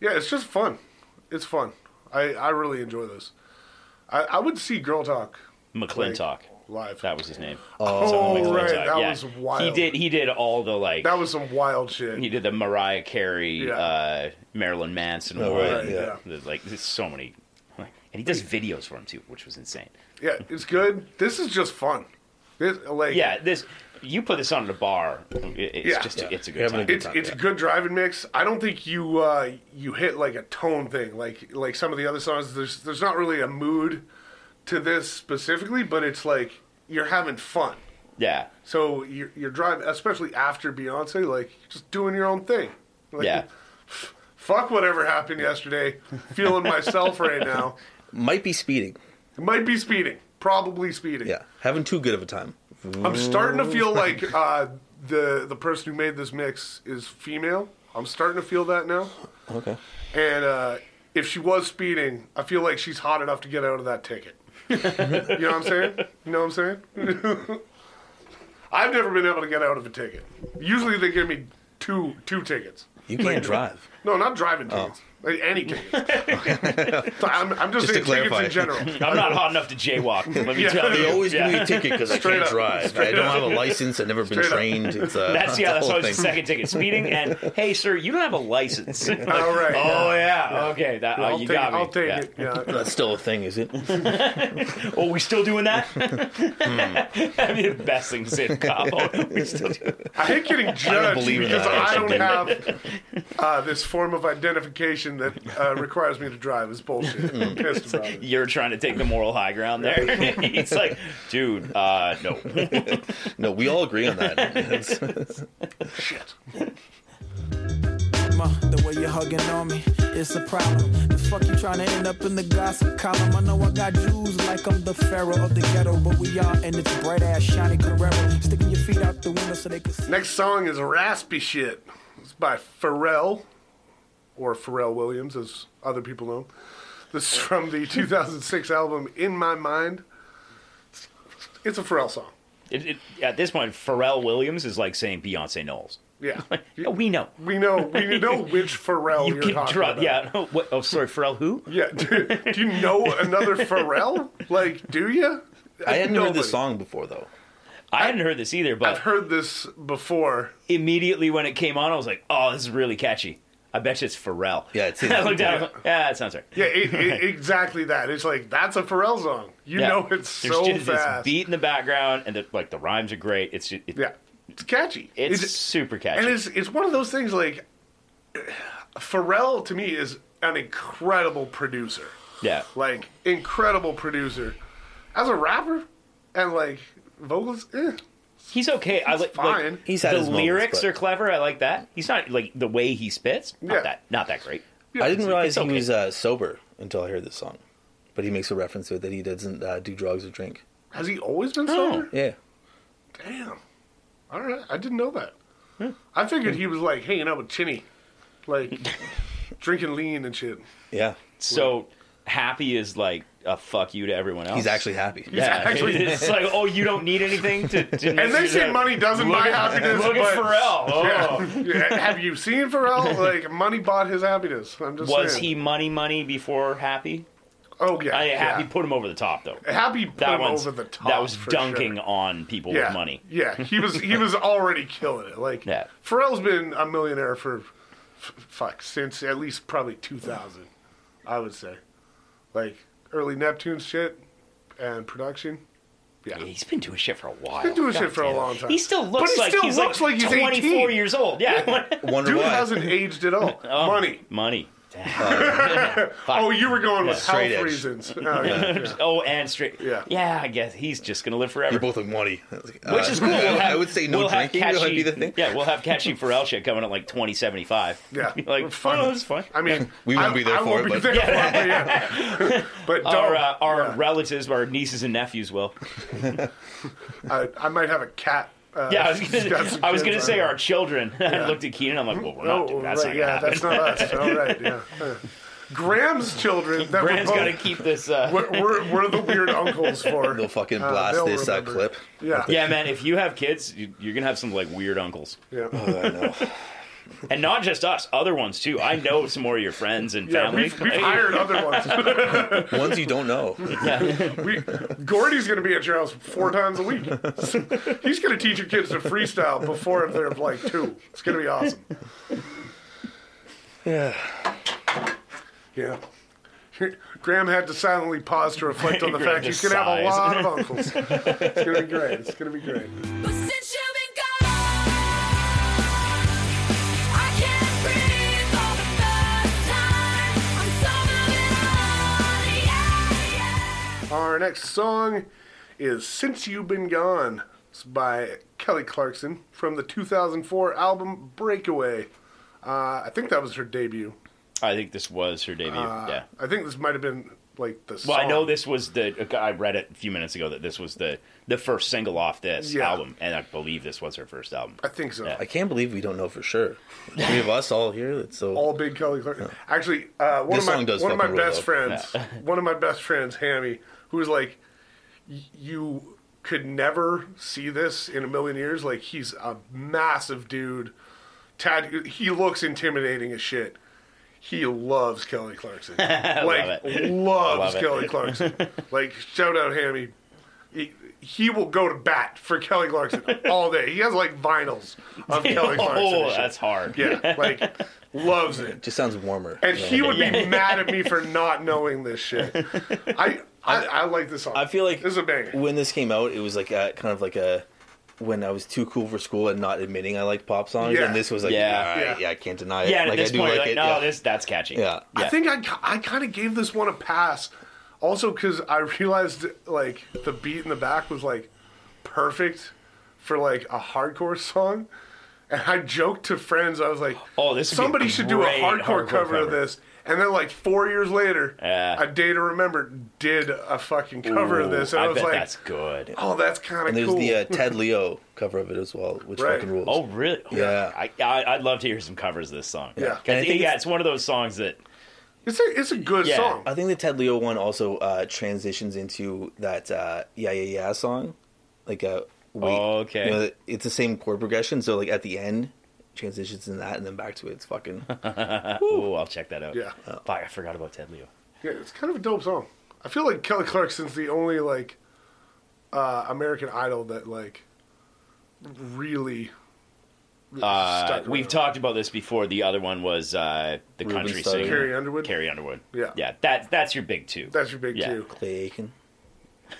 yeah, it's just fun. It's fun. I I really enjoy this. I I would see Girl Talk McClintock. live. That was his name. oh Something like right, that, that yeah. was wild. He did. He did all the like. That was some wild shit. he did the Mariah Carey, Yeah. uh, Marilyn Manson Oh, one. right, yeah. There's, like, there's so many. And he does videos for him too, which was insane. Yeah, it's good. This is just fun. This like Yeah, this you put this on at a bar. It, it's Yeah. just Yeah. it's a You're good having a time. good It's it's a good driving mix. I don't think you uh, you hit like a tone thing like like some of the other songs. There's there's not really a mood to this specifically, but it's like you're having fun. yeah. So you're, you're driving, especially after Beyonce, like just doing your own thing. Like, Yeah. Fuck whatever happened yesterday. Feeling myself right now. Might be speeding. It might be speeding. Probably speeding. Yeah, having too good of a time. I'm starting to feel Mm. like uh, the the person who made this mix is female. I'm starting to feel that now. Okay. And uh, if she was speeding, I feel like she's hot enough to get out of that ticket. you know what I'm saying? You know what I'm saying? I've never been able to get out of a ticket. Usually they give me two two tickets. You can't drive. No, not driving Oh. tickets. Like, Any tickets. So I'm, I'm just, Just saying tickets in to clarify. general. I'm not hot enough to jaywalk. Let me tell you. They always Yeah. give me a ticket because I Straight can't up. drive. I Straight don't up. have a license. I've never been Straight up. trained. It's uh, That's the yeah. That's whole always the thing. second ticket. Speeding and hey, sir, you don't have a license. Like, All right. Oh yeah. Okay. That. oh, I'll you take, got me. I'll take Yeah. it. Yeah. That's still a thing, is it? Oh, we still doing that? I mean, the best thing to say to a cop. Oh, we still doing I hate getting judged believe in because that. I don't have uh, this form of identification that uh, requires me to drive. It's bullshit. I'm pissed about it. You're trying to take the moral high ground there. He's like, dude, uh, no. No, we all agree on that. It's- Shit. Ma, the way you're hugging on me, it's a problem. The fuck you trying to end up in the gossip column? I know I got Jews like I'm the pharaoh of the ghetto, but we are, and it's bright ass shiny Carrera. Sticking your feet out the window so they can see. Next song is Raspy Shit. It's by Pharrell, or Pharrell Williams, as other people know. This is from the 2006 album In My Mind. It's a Pharrell song. It, it, at this point, Pharrell Williams is like saying Beyonce Knowles. Yeah. Yeah, we know. We know we know which Pharrell You are keep Oh, talking drug. about. Yeah. no, what, oh, sorry, Pharrell who? Yeah. Do, do you know another Pharrell? Like, do you? I hadn't heard this song before, though. I hadn't heard this either, but I've heard this before. immediately when it came on, I was like, oh, this is really catchy. I bet you it's Pharrell. Yeah, it's his- I looked down. Yeah, yeah that sounds right. Yeah, it, it, exactly that. It's like that's a Pharrell song. You Yeah. know it's There's so just fast. this beat in the background, and the, like the rhymes are great. It's just, it, Yeah, it's catchy. it's, super catchy. and it's it's one of those things like Pharrell to me is an incredible producer, yeah. like incredible producer as a rapper and like vocals. Eh. He's okay. I like, like, fine. He's had the his moments, lyrics but- are clever. I like that. He's not like the way he spits. Not Yeah. that not that great. I didn't realize it's he okay. was uh, sober until I heard this song. But he makes a reference to it that he doesn't uh, do drugs or drink. Has he always been sober? Yeah. Damn. All right, I didn't know that. I figured he was like hanging out with Chinny, like drinking lean and shit. Yeah. So happy is like a fuck you to everyone else. He's actually happy. Oh. yeah. actually- it's like oh you don't need anything to. to And they say money doesn't buy happiness. Look but at Pharrell. Oh. Yeah. Have you seen Pharrell? Like money bought his happiness. I'm just Was saying. he money money before happy? Oh yeah, I happy yeah. put him over the top though. Happy put That him one's over the top. that was for dunking sure. on people yeah. with money. Yeah, he was he was already killing it. Like Yeah. Pharrell's been a millionaire for f- fuck since at least probably 2000, I would say, like early Neptune shit and production. Yeah, Yeah, he's been doing shit for a while. been doing shit God for a damn it. long time. He still But looks he like still he's looks like he's 24 18. years old. Yeah. Wonder Dude why. hasn't aged at all. Money. money. Oh, you were going with health Straight edge. reasons. Oh, yeah, yeah. Oh, and straight. Yeah. Yeah, I guess he's just gonna live forever. You're both like money. Which is cool. We'll Uh, I have- would say no we'll have drinking would be the thing. Yeah, we'll have catchy Pharrell shit coming at like 2075. Yeah. like Fun. fun. Oh, it's fun. I mean, We won't I- be there I for won't it, be but- there for it, but yeah. But don't. Our uh, our relatives, our nieces and nephews will. I, I might have a cat. Uh, Yeah, I was who's got gonna, some I was kids gonna on say her. our children. I looked at Keenan. I'm like, well, we're Oh, not doing that's right, not gonna yeah, happen. that's not us. All right, yeah. Uh, Graham's children. That Brand's we're gotta both, keep this. Uh, we're, we're, we're the weird uncles for. They'll fucking Uh, blast they'll this uh, remember. clip. Yeah, yeah, man. If you have kids, you, you're gonna have some like weird uncles, yeah. I know. and not just us, other ones too. I know some more of your friends and Yeah, family. we've, we've hired other ones. Ones you don't know. We, Gordy's going to be at your house four times a week. He's going to teach your kids to freestyle before they're like two. It's going to be awesome. Yeah. Yeah. Graham had to silently pause to reflect on the Graham fact he's just going to have a sighs. lot of uncles. It's going to be great. It's going to be great. But since you've Our next song is Since You've Been Gone. It's by Kelly Clarkson from the 2004 album Breakaway. Uh, I think that was her debut. I think this was her debut. yeah. I think this might have been like the Well, I know song. this was the. I read it a few minutes ago that this was the the first single off this Yeah. album, and I believe this was her first album. I think so. I can't believe we don't know for sure. Three of us all here. That's so. all big Kelly Clarkson. Actually, uh, one This of my song does one of my fucking rule, best friends, one of my best friends, Hammy, who was like, "Y- you could never see this in a million years. Like he's a massive dude. Tad, he looks intimidating as shit. He loves Kelly Clarkson. like it. Love loves it. Kelly Clarkson. like shout out Hammy. He, he will go to bat for Kelly Clarkson all day. He has like vinyls of Kelly Clarkson. and oh, shit. that's hard. Yeah, like loves it. just sounds warmer. And you know? he would be mad at me for not knowing this shit. I I, I like this song. I feel like this is a banger. when this came out, it was like a, kind of like a when I was too cool for school and not admitting I like pop songs, Yeah. and this was like, Yeah. yeah, yeah. Yeah. I can't deny it. Yeah, and like at this I do point, like you're like, it. no, yeah. this that's catchy. yeah. I think I ki- I kind of gave this one a pass, also because I realized like the beat in the back was like perfect for like a hardcore song, and I joked to friends I was like, Oh, this would be a somebody should do a great hardcore, hardcore cover of cover. this." And then like four years later, Yeah. a day to remember did a fucking cover of Ooh, this, and I, I, was bet like, that's good. "Oh, that's kind And of there's cool." the uh, Ted Leo cover of it as well, which Right. fucking rules. Oh, really? Yeah. I, I I'd love to hear some covers of this song. Yeah. 'Cause, And I think yeah, it's- it's one of those songs that It's a it's a good Yeah. song. I think the Ted Leo one also uh, transitions into that uh, yeah yeah yeah song, like a wait. Oh, Okay. you know, it's the same chord progression. So like at the end, transitions in that and then back to it. It's fucking Ooh, I'll check that out. Yeah. Oh. Fuck, I forgot about Ted Leo. Yeah, it's kind of a dope song. I feel like Kelly Clarkson's the only like uh, American Idol that like really. Uh, stuck we've around. talked about this before. The other one was uh, the Ruben country Studdard. singer Carrie Underwood? Carrie Underwood. Yeah. yeah. That that's your big two. That's your big Yeah. two. Clay Aiken,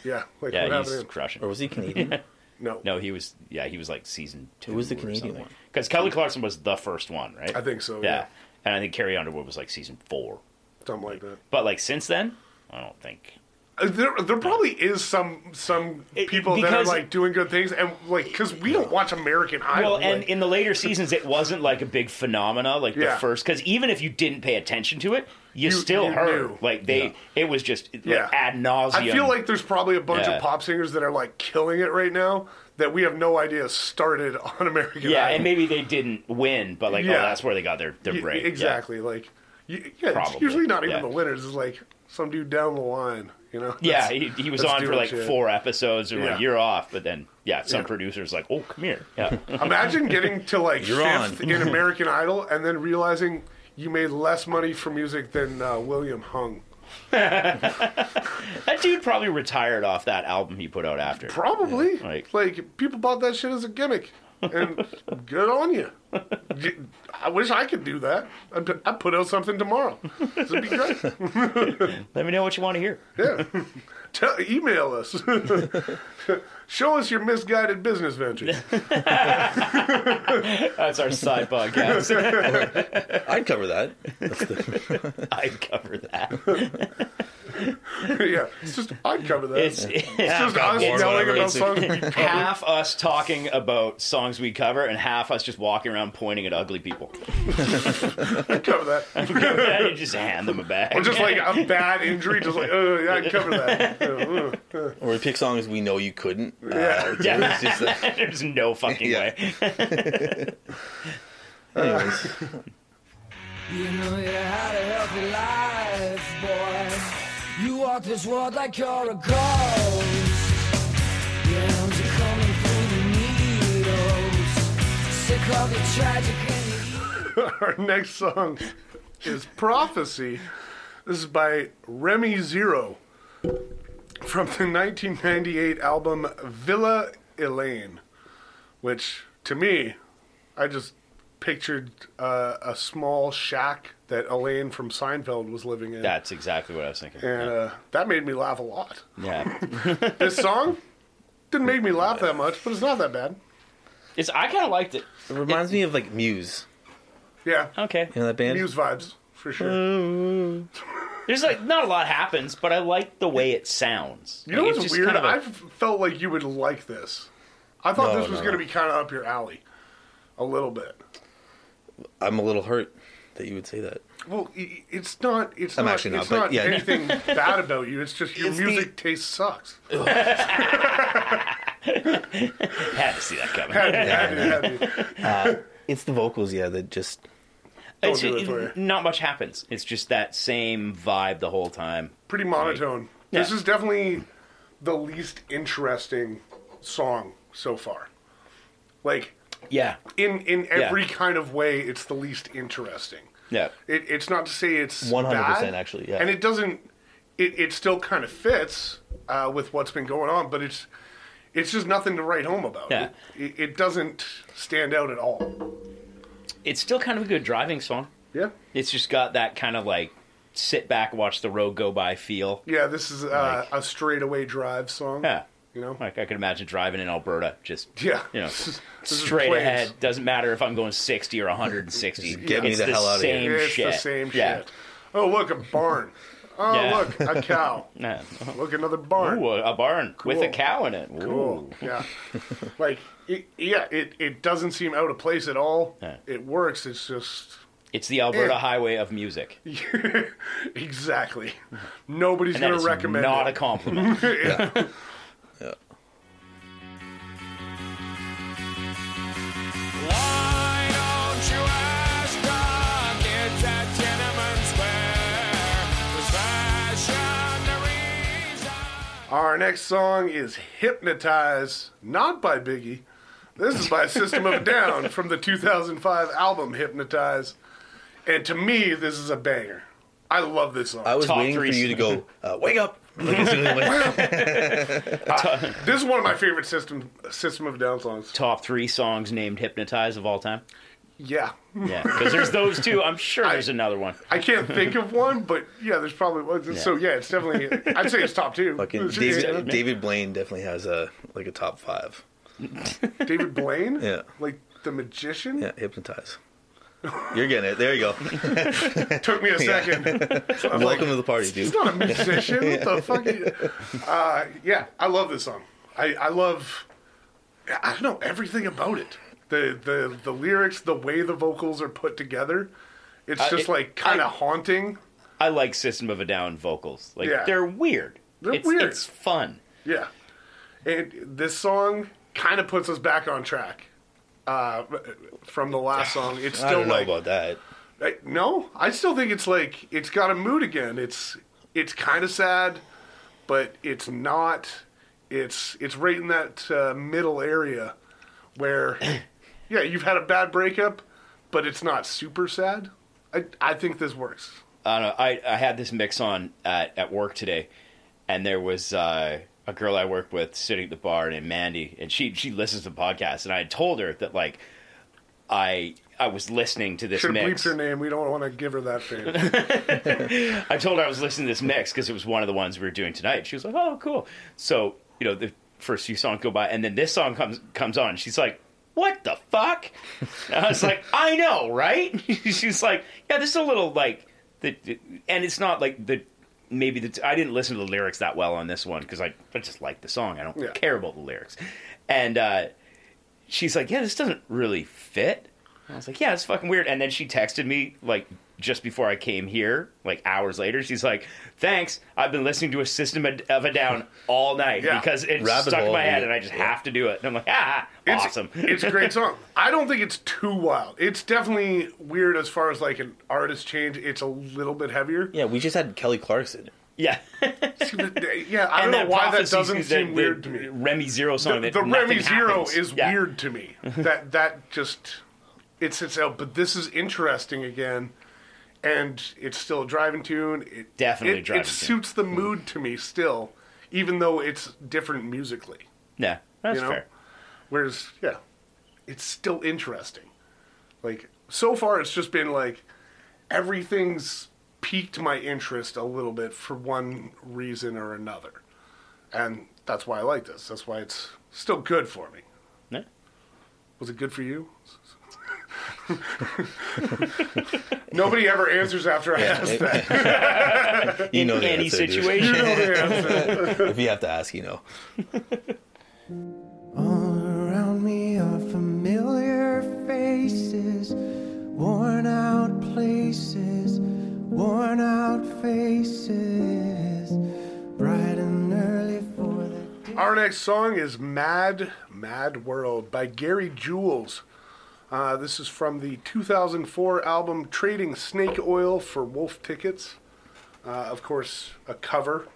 Yeah, like what yeah, happened? he's to him? crushing. or was he Canadian? No, No, he was. Yeah, he was like season two. Who was the Canadian one? Because Kelly Clarkson was the first one, right? I think so. Yeah. Yeah. and I think Carrie Underwood was like season four. something like that. But like since then, I don't think. Uh, There, there probably is some some It- people that are because- like doing good things and like because we don't watch American Idol. Well, and like- in the later seasons, it wasn't like a big phenomena like Yeah. the first. Because even if you didn't pay attention to it, you, You- still you heard knew. like they. It was just like, Yeah. ad nauseum. I feel like there's probably a bunch Yeah. of pop singers that are like killing it right now that we have no idea started on American Yeah, Idol. and maybe they didn't win, but like, Yeah. oh, that's where they got their their Yeah, break. Yeah. Exactly. Like, y- yeah, Probably, it's usually not even yeah. the winners. It's like some dude down the line, you know? Yeah, That's- he, he was that's on for doing like shit. four episodes, and Yeah. like, you're off. But then, yeah, some producers like, oh, come here. Yeah, Imagine getting to like You're fifth on. in American Idol and then realizing you made less money for music than uh, William Hung. that dude probably retired off that album he put out after. Probably. like- like, people bought that shit as a gimmick. And good on you. Y- I wish I could do that. I'd, put- I'd put out something tomorrow. It'd be great. Let me know what you want to hear. Tell, email us. Show us your misguided business ventures. That's our side podcast. I'd cover that. I cover that. yeah, it's just I'd cover that. It's, just us it's- yelling about it's- songs. half us talking about songs we cover, and half us just walking around pointing at ugly people. I'd cover that. you just hand them a bag. Or just like a bad injury, just like oh yeah, I'd cover that. Uh, Or we pick songs we know you couldn't. Uh, Yeah. it was just like- There's no fucking Yeah. way. anyways, You know you had a healthy life, boy. You walk this world like you're a ghost. Yeah, arms are coming through the needles. Sick of the tragic and the Our next song is "Prophecy." This is by Remy Zero from the 1998 album Villa Elaine, which to me, I just pictured uh, a small shack that Elaine from Seinfeld was living in. That's exactly what I was thinking. and uh, that made me laugh a lot. Yeah. This song didn't make me laugh that much, but it's not that bad. It's, I kind of liked it. it reminds me of like Muse. Yeah, Okay. You know that band? Muse vibes for sure. There's like not a lot happens, but I like the way it sounds. You know Like, it's what's just weird? kind of a- I felt like you would like this. I thought No, this was no. going to be kind of up your alley, a little bit. I'm a little hurt that you would say that. Well, i- i- it's not. It's I'm not. actually not, it's but not yeah. anything bad about you. It's just your It's the- music taste sucks. had to see that coming. Had- had- had- It's the vocals, yeah, that just It's- do it for you. Not much happens. It's just that same vibe the whole time. Pretty monotone. This Yeah. is definitely the least interesting song so far. Like Yeah. in in every kind of way, it's the least interesting. Yeah. It, it's not to say it's 100% bad, actually, yeah. and it doesn't. It, it still kind of fits uh, with what's been going on, but it's it's just nothing to write home about. Yeah. It, it doesn't stand out at all. It's still kind of a good driving song. Yeah, It's just got that kind of like sit back, watch the road go by feel. yeah. This is uh, a straightaway drive song. Yeah. you know. Like I could imagine driving in Alberta, just Yeah, you know, This is- this is straight planes. ahead. Doesn't matter if I'm going 60 or 160. Get me it's the hell outta here. same It's shit. the same yeah. shit. Oh look, a barn. Oh Yeah. look, a cow. Yeah. Look, another barn. Ooh, a barn with a Cool. cow in it. Ooh. Cool. Oh, Yeah. like, it, yeah, it, it doesn't seem out of place at all. Yeah. It works. It's just It's the Alberta Yeah. Highway of music, exactly. Nobody's and that going is to recommend not a it. compliment. Why don't you ask the kids at Tiananmen Square? 'Cause fashion the reason. Our next song is Hypnotize, not by Biggie. This is by System of a Down from the 2005 album Hypnotize. And to me, this is a banger. I love this song. I was Top waiting three for you to go, uh, wake up. Like, as soon as I went- this is one of my favorite System System of a Down songs. Top three songs named "Hypnotize" of all time. Yeah. Yeah, because there's those two. I'm sure there's another one. I can't think of one, but yeah, there's probably one. So yeah, it's definitely. I'd say it's top two. Fucking It's- David, David Blaine definitely has a like a top five. David Blaine. Yeah. like the magician. Yeah, hypnotize. You're getting it. There you go. Took me a second. So I'm like, Welcome to the party, dude. he's not a musician. What the fuck? are you-" Uh, yeah, I love this song. I, I love. I don't know everything about it. The the the lyrics, the way the vocals are put together. It's just it- like kind I- of haunting. I like System of a Down vocals. Like Yeah. they're weird. They're it's, weird. It's fun. Yeah. And this song kind of puts us back on track uh, from the last song. It's I still don't know like about that. I- no, I still think it's like it's got a mood again. It's it's kind of sad, but it's not. It's it's right in that uh, middle area where yeah, you've had a bad breakup, but it's not super sad. I I think this works. I don't know. I, I had this mix on at, at work today, and there was uh, a girl I worked with sitting at the bar named Mandy, and she she listens to podcasts, and I had told her that like I I was listening to this Should have bleeped mix. her name. We don't want to give her that fame. I told her I was listening to this mix because it was one of the ones we were doing tonight. She was like, "Oh, cool." So you know, the first few songs go by, and then this song comes comes on. She's like, "What the fuck?" And I was like, "I know, right?" She's like, "Yeah, this is a little like the, and it's not like the maybe the I didn't listen to the lyrics that well on this one because I I just like the song. I don't Yeah. care about the lyrics, and uh, she's like, "Yeah, this doesn't really fit." And I was like, "Yeah, it's fucking weird." And then she texted me like just before I came here, like hours later. She's like, "Thanks, I've been listening to a System of a Down all night Yeah. because it Rabbit stuck in hole, my head, yeah. and I just have to do it." And I'm like, "Ah, It's, awesome." it's a great song. I don't think it's too wild. It's definitely weird as far as like an artist change. It's a little bit heavier. Yeah, we just had Kelly Clarkson. yeah, Yeah, I don't know why that doesn't seem weird to me. Remy Zero song. The, that the Remy nothing Zero happens. is Yeah. weird to me. That that just it sits out. But this is interesting again, and it's still a driving tune. It Definitely it, a driving It tune. Mm. suits the mood to me still, even though it's different musically. Yeah, that's you know? fair. Whereas, yeah, it's still interesting. Like, so far, it's just been like everything's piqued my interest a little bit for one reason or another. And that's why I like this. That's why it's still good for me. Yeah. Was it good for you? Nobody ever answers after I ask that. you know in the any answer, dude. situation. You know the answer. if you have to ask, you know. Around me are familiar faces, worn out places, worn out faces, bright and early for the Our next song is Mad, Mad World by Gary Jules. Uh, this is from the 2004 album Trading Snake Oil for Wolf Tickets. Uh, of course, a cover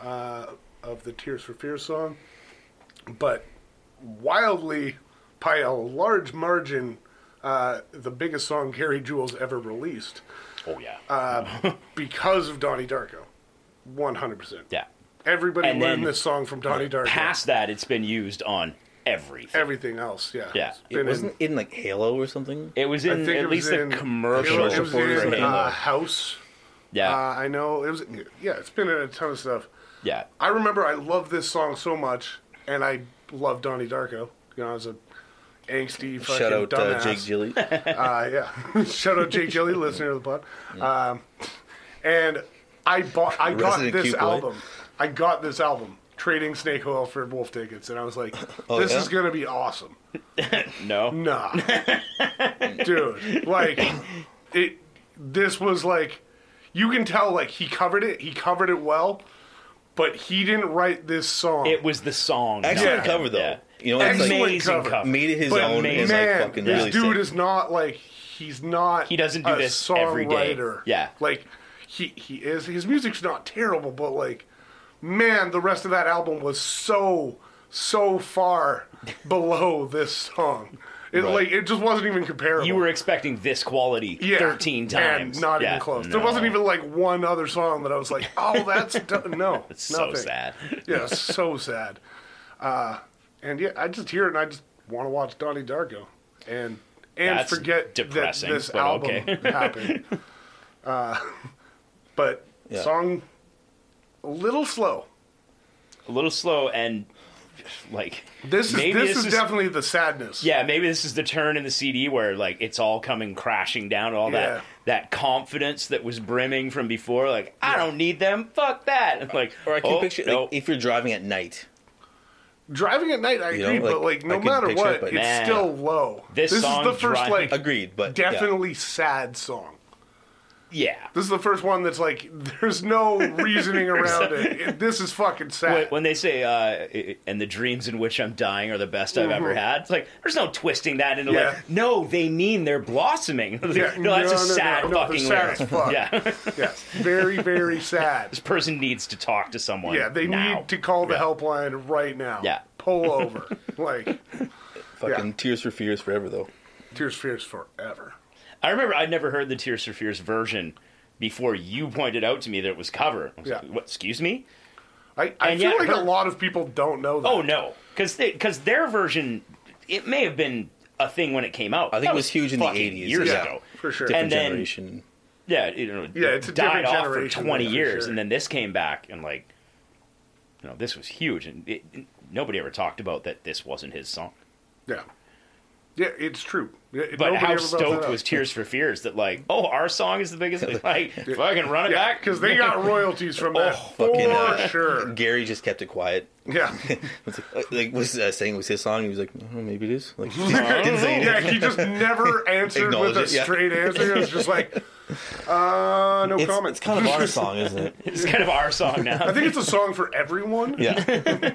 uh, of the Tears for Fears song, but wildly, by a large margin, uh, the biggest song Gary Jules ever released Oh yeah, Uh, because of Donnie Darko. 100%. yeah. Everybody And learned then uh, this song from Donnie Darko. Past that, it's been used on everything. everything else. Yeah. Yeah. It's It been wasn't in- in like Halo or something. It was I in think it at was least the in- commercial It was for in Halo. uh, House. Uh, yeah, I know it was. Yeah, it's been in a ton of stuff. yeah. I remember I loved this song so much, and I loved Donnie Darko. You know, I was a angsty fucking Shout out dumbass. uh, Jake Gilly. Uh, yeah, shout out Jake Gilly, listener of the pod. Um, and I bought, I got Resident this cute boy. album. I got this album, trading Snake Oil for Wolf Tickets, and I was like, "This Oh, yeah? is gonna be awesome." No, Nah. Dude, like it this was like you can tell like he covered it, he covered it well, but he didn't write this song. it was the song. Excellent Yeah. cover though. Yeah. You know, it's Excellent like Amazing cover. cover. made it his but own. and, man, like fucking this really dude sick. is not like he's not He doesn't do a this every day. songwriter. Yeah. Like he he is his music's not terrible, but like man, the rest of that album was so so far below this song. It Right. like it just wasn't even comparable. You were expecting this quality yeah, 13 times. and not Yeah. even close. There No. wasn't even like one other song that I was like, "Oh, that's do- no." It's so nothing. sad. Yeah, it's so sad. Uh, and yeah, I just hear it and I just want to watch Donnie Darko, and and That's forget depressing, that this but album okay. happened. Uh, but Yeah. song a little slow. A little slow and like This is Maybe this, this is, is- definitely the sadness. yeah, maybe this is the turn in the CD where like it's all coming crashing down. All Yeah. that that confidence that was brimming from before. Like I don't need them. Fuck that. And, like Or I can oh, picture no. like, if you're driving at night. Driving at night, I You know, agree, but like, like no I can matter picture what, it, but it's man. still low. This song is the first drive- like Agreed, but yeah. definitely sad song. yeah. This is the first one that's like there's no reasoning around it. It- This is fucking When- sad. When they say, uh, and the dreams in which I'm dying are the best I've ever had, it's like, there's no twisting that into Mm-hmm. Yeah. like, no, they mean they're blossomething. Yeah. no, that's No, no, a sad no, no, fucking they're sad lyric. as Yeah. fuck. yes, very very sad. this person needs to talk to someone. Yeah, they now. need to call the Yeah. helpline right now. Yeah. pull over. like Fucking Tears for Fears forever though. tears, fears forever. I remember I'd never heard the Tears for Fears version before you pointed out to me that it was cover. I was Yeah. like, what, excuse me? I, I And feel yet like her- a lot of people don't know that. Oh, no. Because because their version, it may have been a thing when it came out. I think That it was huge in the fucking 80s, Years yeah. ago. for sure. Different And then- generation. yeah, you know, Yeah, it's a died different off for generation, 20 yeah, for years, sure. and then this came back, and like, you know, this was huge, and it, it- nobody ever talked about that this wasn't his song. yeah, yeah, it's true. Yeah, But nobody how ever brought that stoked up. was Tears for Fears that like, oh, our song is the biggest, like, fucking run it Yeah, back Oh, because they got royalties from that Fucking for uh, sure. Gary just kept it quiet. Yeah, It's like, like was uh, saying it was his song. He was like, oh, maybe it is. Like didn't say anything. Uh-huh. yeah, he just never answered with Acknowledge a it, yeah. straight answer. It was just like, uh, no It's, comment. it's kind of our song, isn't it? It's kind of our song I now. think it's a song for everyone. Yeah.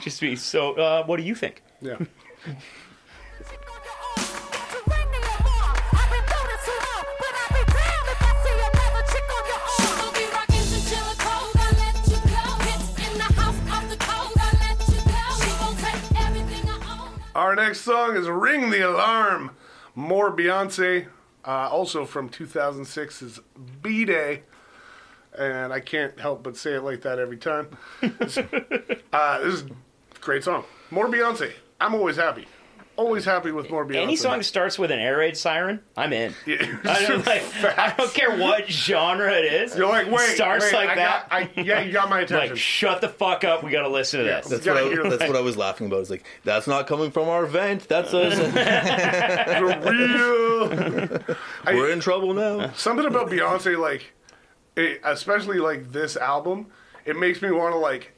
Just be so. Uh, what do you think? Yeah. Our next song is Ring the Alarm. More Beyonce, uh, also from 2006 is B Day. And I can't help but say it like that every time. uh, this is a great song. More Beyonce. I'm always happy. always happy with more Beyonce. Any song that starts with an air raid siren, I'm in. I, don't, like, I don't care what genre it is. You're like, wait, starts wait, like I that. Got, I, yeah, you got my attention. like, shut the fuck up. We gotta listen to this. That's You what, gotta I, hear that's that. what I was laughing about. It's like, that's not coming from our vent. That's us. For real. We're in trouble now. Something about Beyonce, like, it, especially like this album, it makes me want to like,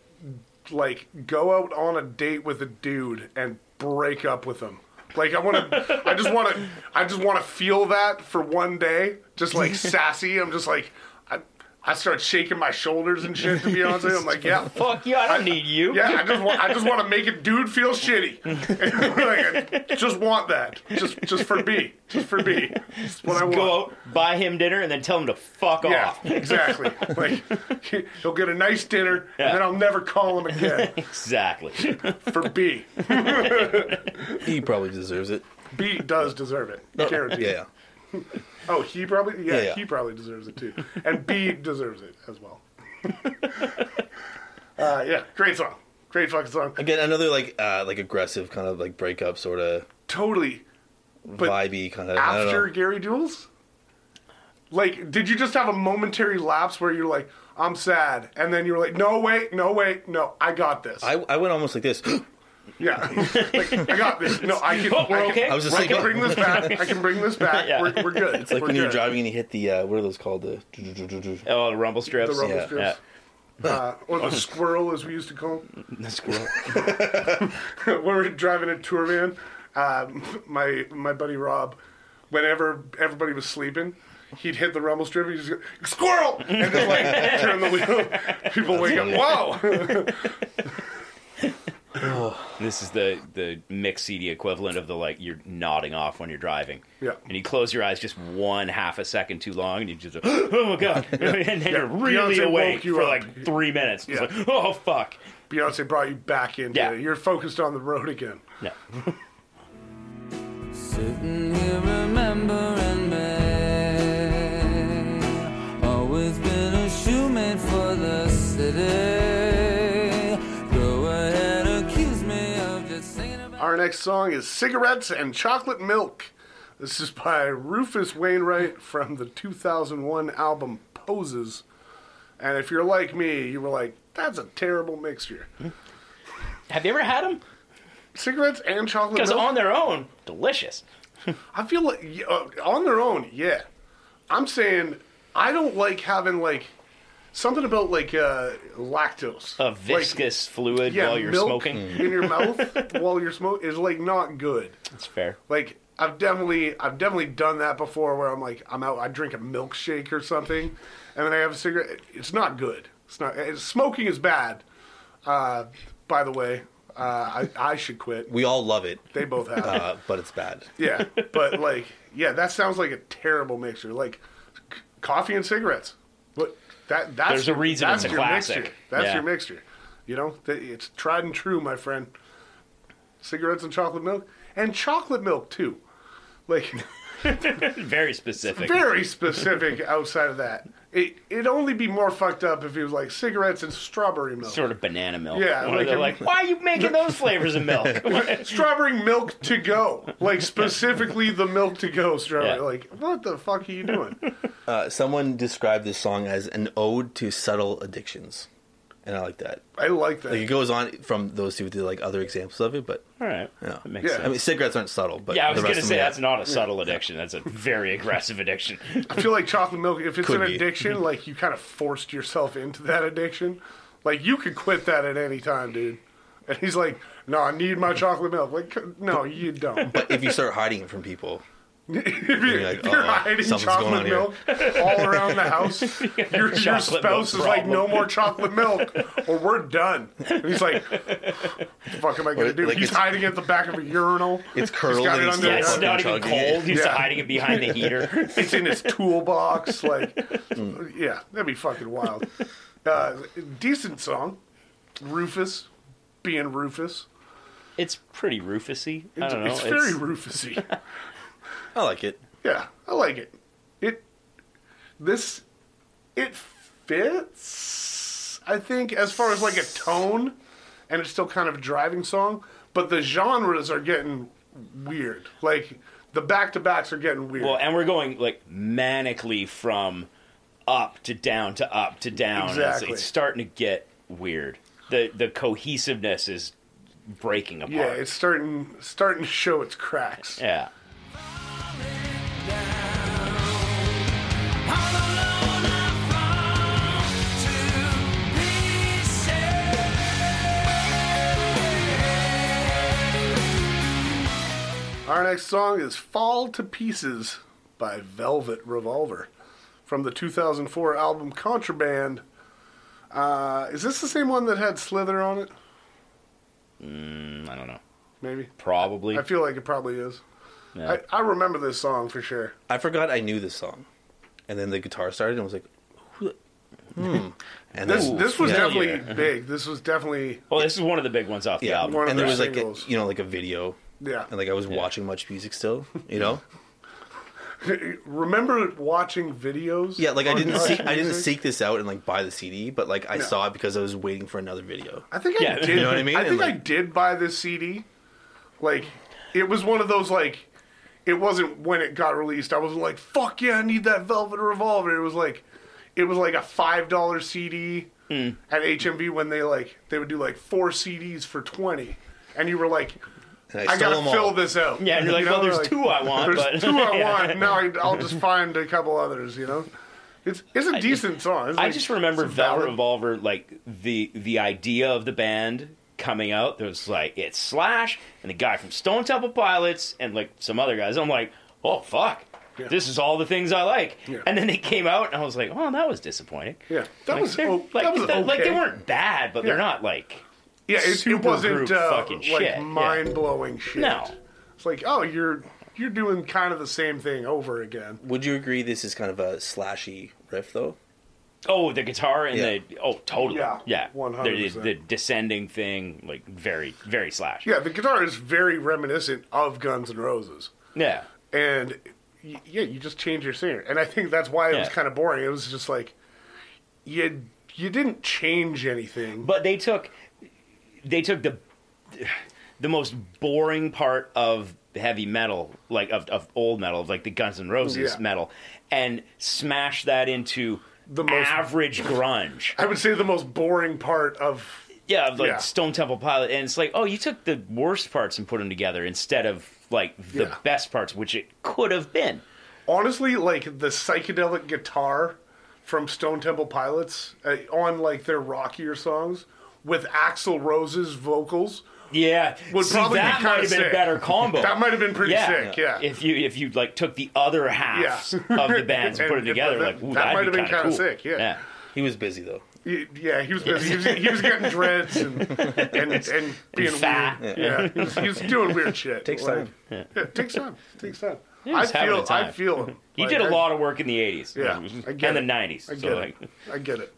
like go out on a date with a dude and break up with him. Like I want to, I just want to, I just want to feel that for one day. Just like sassy, I'm just like, I, I start shaking my shoulders and shit to Beyonce. I'm like, yeah, Fuck you. I don't need you. Yeah, I just want I just want to make a dude feel shitty. Like, I just want that. Just just for me. Just for me. That's what I want. Go out, buy him dinner, and then tell him to fuck yeah, off. exactly. Like he- he'll get a nice dinner and then I'll never call him again. Exactly. For B. He probably deserves it. B does deserve it. Guaranteed. Yeah. Oh, he probably yeah, Yeah, yeah. he probably deserves it too. And B deserves it as well. uh, yeah, great song. Great fucking song. Again, another like uh, like aggressive kind of like breakup sort of Totally vibey kind of. I after don't know. Gary Jules? Like, did you just have a momentary lapse where you're like, I'm sad, and then you're like, no, wait, no, wait, no, I got this. I, I went almost like this. yeah, like, I got this. No, I can. Oh, we're I can- okay? I was just I like, can bring this back. I can bring this back. Yeah. we're, we're good. it's like we're when good. you're driving and you hit the uh, what are those called? The oh, the rumble strips. The rubber Yeah. strips. Uh, or the squirrel, as we used to call 'em. The squirrel. when we were driving a tour van, um, my my buddy Rob, whenever everybody was sleeping, he'd hit the rumble strip. He'd just go, squirrel, and then like turn the wheel. People wake up. Whoa! This is the the mix CD equivalent of the like you're nodding off when you're driving. Yeah. And you close your eyes just one half a second too long, and you just oh my god, and then you're really Beyonce awake woke you for up. like three minutes. Yeah. It's like oh fuck. Beyonce brought you back into Yeah. it. You're focused on the road again. No. Sitting here remembering me. Always been a shoe made for the city. Go ahead, accuse me of just singing about. Our next song is "Cigarettes and Chocolate Milk." This is by Rufus Wainwright from the 2001 album Poses. And if you're like me, you were like, "That's a terrible mixture." Have you ever had them? Cigarettes and chocolate Because milk. on their own, delicious. I feel like yeah, uh, on their own, yeah. I'm saying I don't like having like something about like uh, lactose, A Like, viscous fluid yeah, while you're milk smoking. in your mouth while you're smoking is like not good. That's fair. Like I've definitely I've definitely done that before where I'm like I'm out I drink a milkshake or something, and then I have a cigarette. It's not good. It's not. It's, smoking is bad. Uh, by the way, uh, I, I should quit. We all love it, They both have. uh, but it's bad. Yeah, but like, yeah, that sounds like a terrible mixture. Like c- coffee and cigarettes. What that that's There's a reason that's it's a your classic. mixture. That's Yeah. your mixture. You know, Th- it's tried and true, my friend. Cigarettes and chocolate milk, and chocolate milk too. Like Very specific. very specific. Outside of that, it it'd only be more fucked up if it was like cigarettes and strawberry milk. Sort of banana milk. Yeah, Where like they're a- like, why are you making those flavors of milk? strawberry milk to go, like specifically the milk to go strawberry. Yeah. Like, what the fuck are you doing? Uh, someone described this song as an ode to subtle addictions, and I like that. I like that. Like it goes on from those two to like other examples of it, but All right. yeah, That makes Yeah. I sense. mean cigarettes aren't subtle, but Yeah, I was the going rest to of say them, that's not a subtle addiction. That's a very aggressive addiction. I feel like chocolate milk, if it's Could an be. addiction, like you kind of forced yourself into that addiction. Like you could quit that at any time, dude. And he's like, "No, I need my chocolate milk." Like, no, you don't. But if you start hiding it from people, if you're, like, if you're "Uh-oh, hiding something's going chocolate on here." milk all around the house, your, your Chocolate milk spouse is like, problem. "No more chocolate milk, or we're done." And he's like, "What the fuck am I gonna Or, do?" like, he's it's- hiding at the back of a urinal. it's curled got it and it's under- Yeah, still Yeah, it's not fucking even chugging it. cold. He's Yeah. hiding it behind the heater. it's in his toolbox. Like, yeah, that'd be fucking wild. Uh, decent song, Rufus, being Rufus. It's pretty Rufusy. I It's, don't know. it's very Rufusy. I like it. yeah, I like it. It this it fits. I think as far as like a tone, and it's still kind of a driving song, but the genres are getting weird. Like the back to backs are getting weird. Well, and we're going like manically from up to down to up to down. It's- Exactly. It's, starting to get weird. The the cohesiveness is breaking apart. yeah, it's starting starting to show its cracks. yeah. Our next song is Fall to Pieces by Velvet Revolver from the 2004 album Contraband. Uh, is this the same one that had Slither on it? Mm, I don't know. Maybe. Probably. I feel like it probably is. Yeah. I, I remember this song for sure. I forgot I knew this song, and then the guitar started and I was like, "Who?" the- Hmm. And This then- this was yeah. definitely Yeah. big. This was definitely well, this is one of the big ones off the yeah. album. One of and there their was like a, singles. you know like a video, yeah. and like I was watching much music still, you know. Remember watching videos? Yeah, like I on didn't Much seek, I didn't Music? seek this out and like buy the CD, but like I saw it because I was waiting for another video. I think I Yeah, did. you know what I mean? I think And, I like- did buy this CD. Like, it was one of those like, it wasn't when it got released. I was like, fuck yeah, I need that Velvet Revolver. It was like, it was like a five dollar CD Hmm. at HMV when they like they would do like four CDs for twenty, and you were like, And I, stole gotta 'em fill all. this out. Yeah, and you're like, well, there's two I want, There's but- two I Yeah. want. Now I, I'll just find a couple others. You know, it's it's a decent song. It's I like- just remember it's a Velvet ballad. Revolver, like the the idea of the band coming out. There was like it's Slash and the guy from Stone Temple Pilots and like some other guys. I'm like, oh fuck, Yeah. this is all the things I like. Yeah. And then they came out, and I was like, oh, that was disappointing. Yeah, that Like, was they're- o- like, that was they're- like they okay. weren't bad, but they're Yeah. not like Yeah, it, it super wasn't group uh, fucking like shit, yeah. mind blowing shit. no. It's like, oh, you're you're doing kind of the same thing over again. Would you agree this is kind of a slashy riff though? Oh, the guitar and Yeah. the oh, totally, Yeah, yeah, yeah. 100%. The, the descending thing, like very, very Slash. Yeah, the guitar is very reminiscent of Guns N' Roses, yeah. and y- yeah, you just change your singer, and I think that's why it was Yeah. kind of boring. It was just like you you didn't change anything. but they took they took the the most boring part of heavy metal like of, of old metal of like the guns N' roses Yeah. metal and smashed that into The the most- most average grunge I would say the most boring part of yeah of like Yeah. stone temple pilot and it's like oh you took the worst parts and put them together instead of like the Yeah. best parts which it could have been honestly, like the psychedelic guitar from Stone Temple Pilots uh, on like their rockier songs with Axl Rose's vocals. yeah Would See, probably be that might kinda have been sick. a better combo That might have been pretty sick, yeah. if you if you like took the other half Yeah. of the bands and, put And- them together and like that- ooh, that that'd might have be been kind kinda of sick, yeah. yeah He was busy though. Y- Yeah, he was busy. He was, he was getting dreads and and, and being fat. weird. Yeah, he, was, he was doing weird shit. Takes time. Yeah. it takes time. takes time. I was having feel. a time. I feel him. He Like, did a I- lot of work in the '80s, Yeah, I get and it. the '90s. I get so it. like, I get it.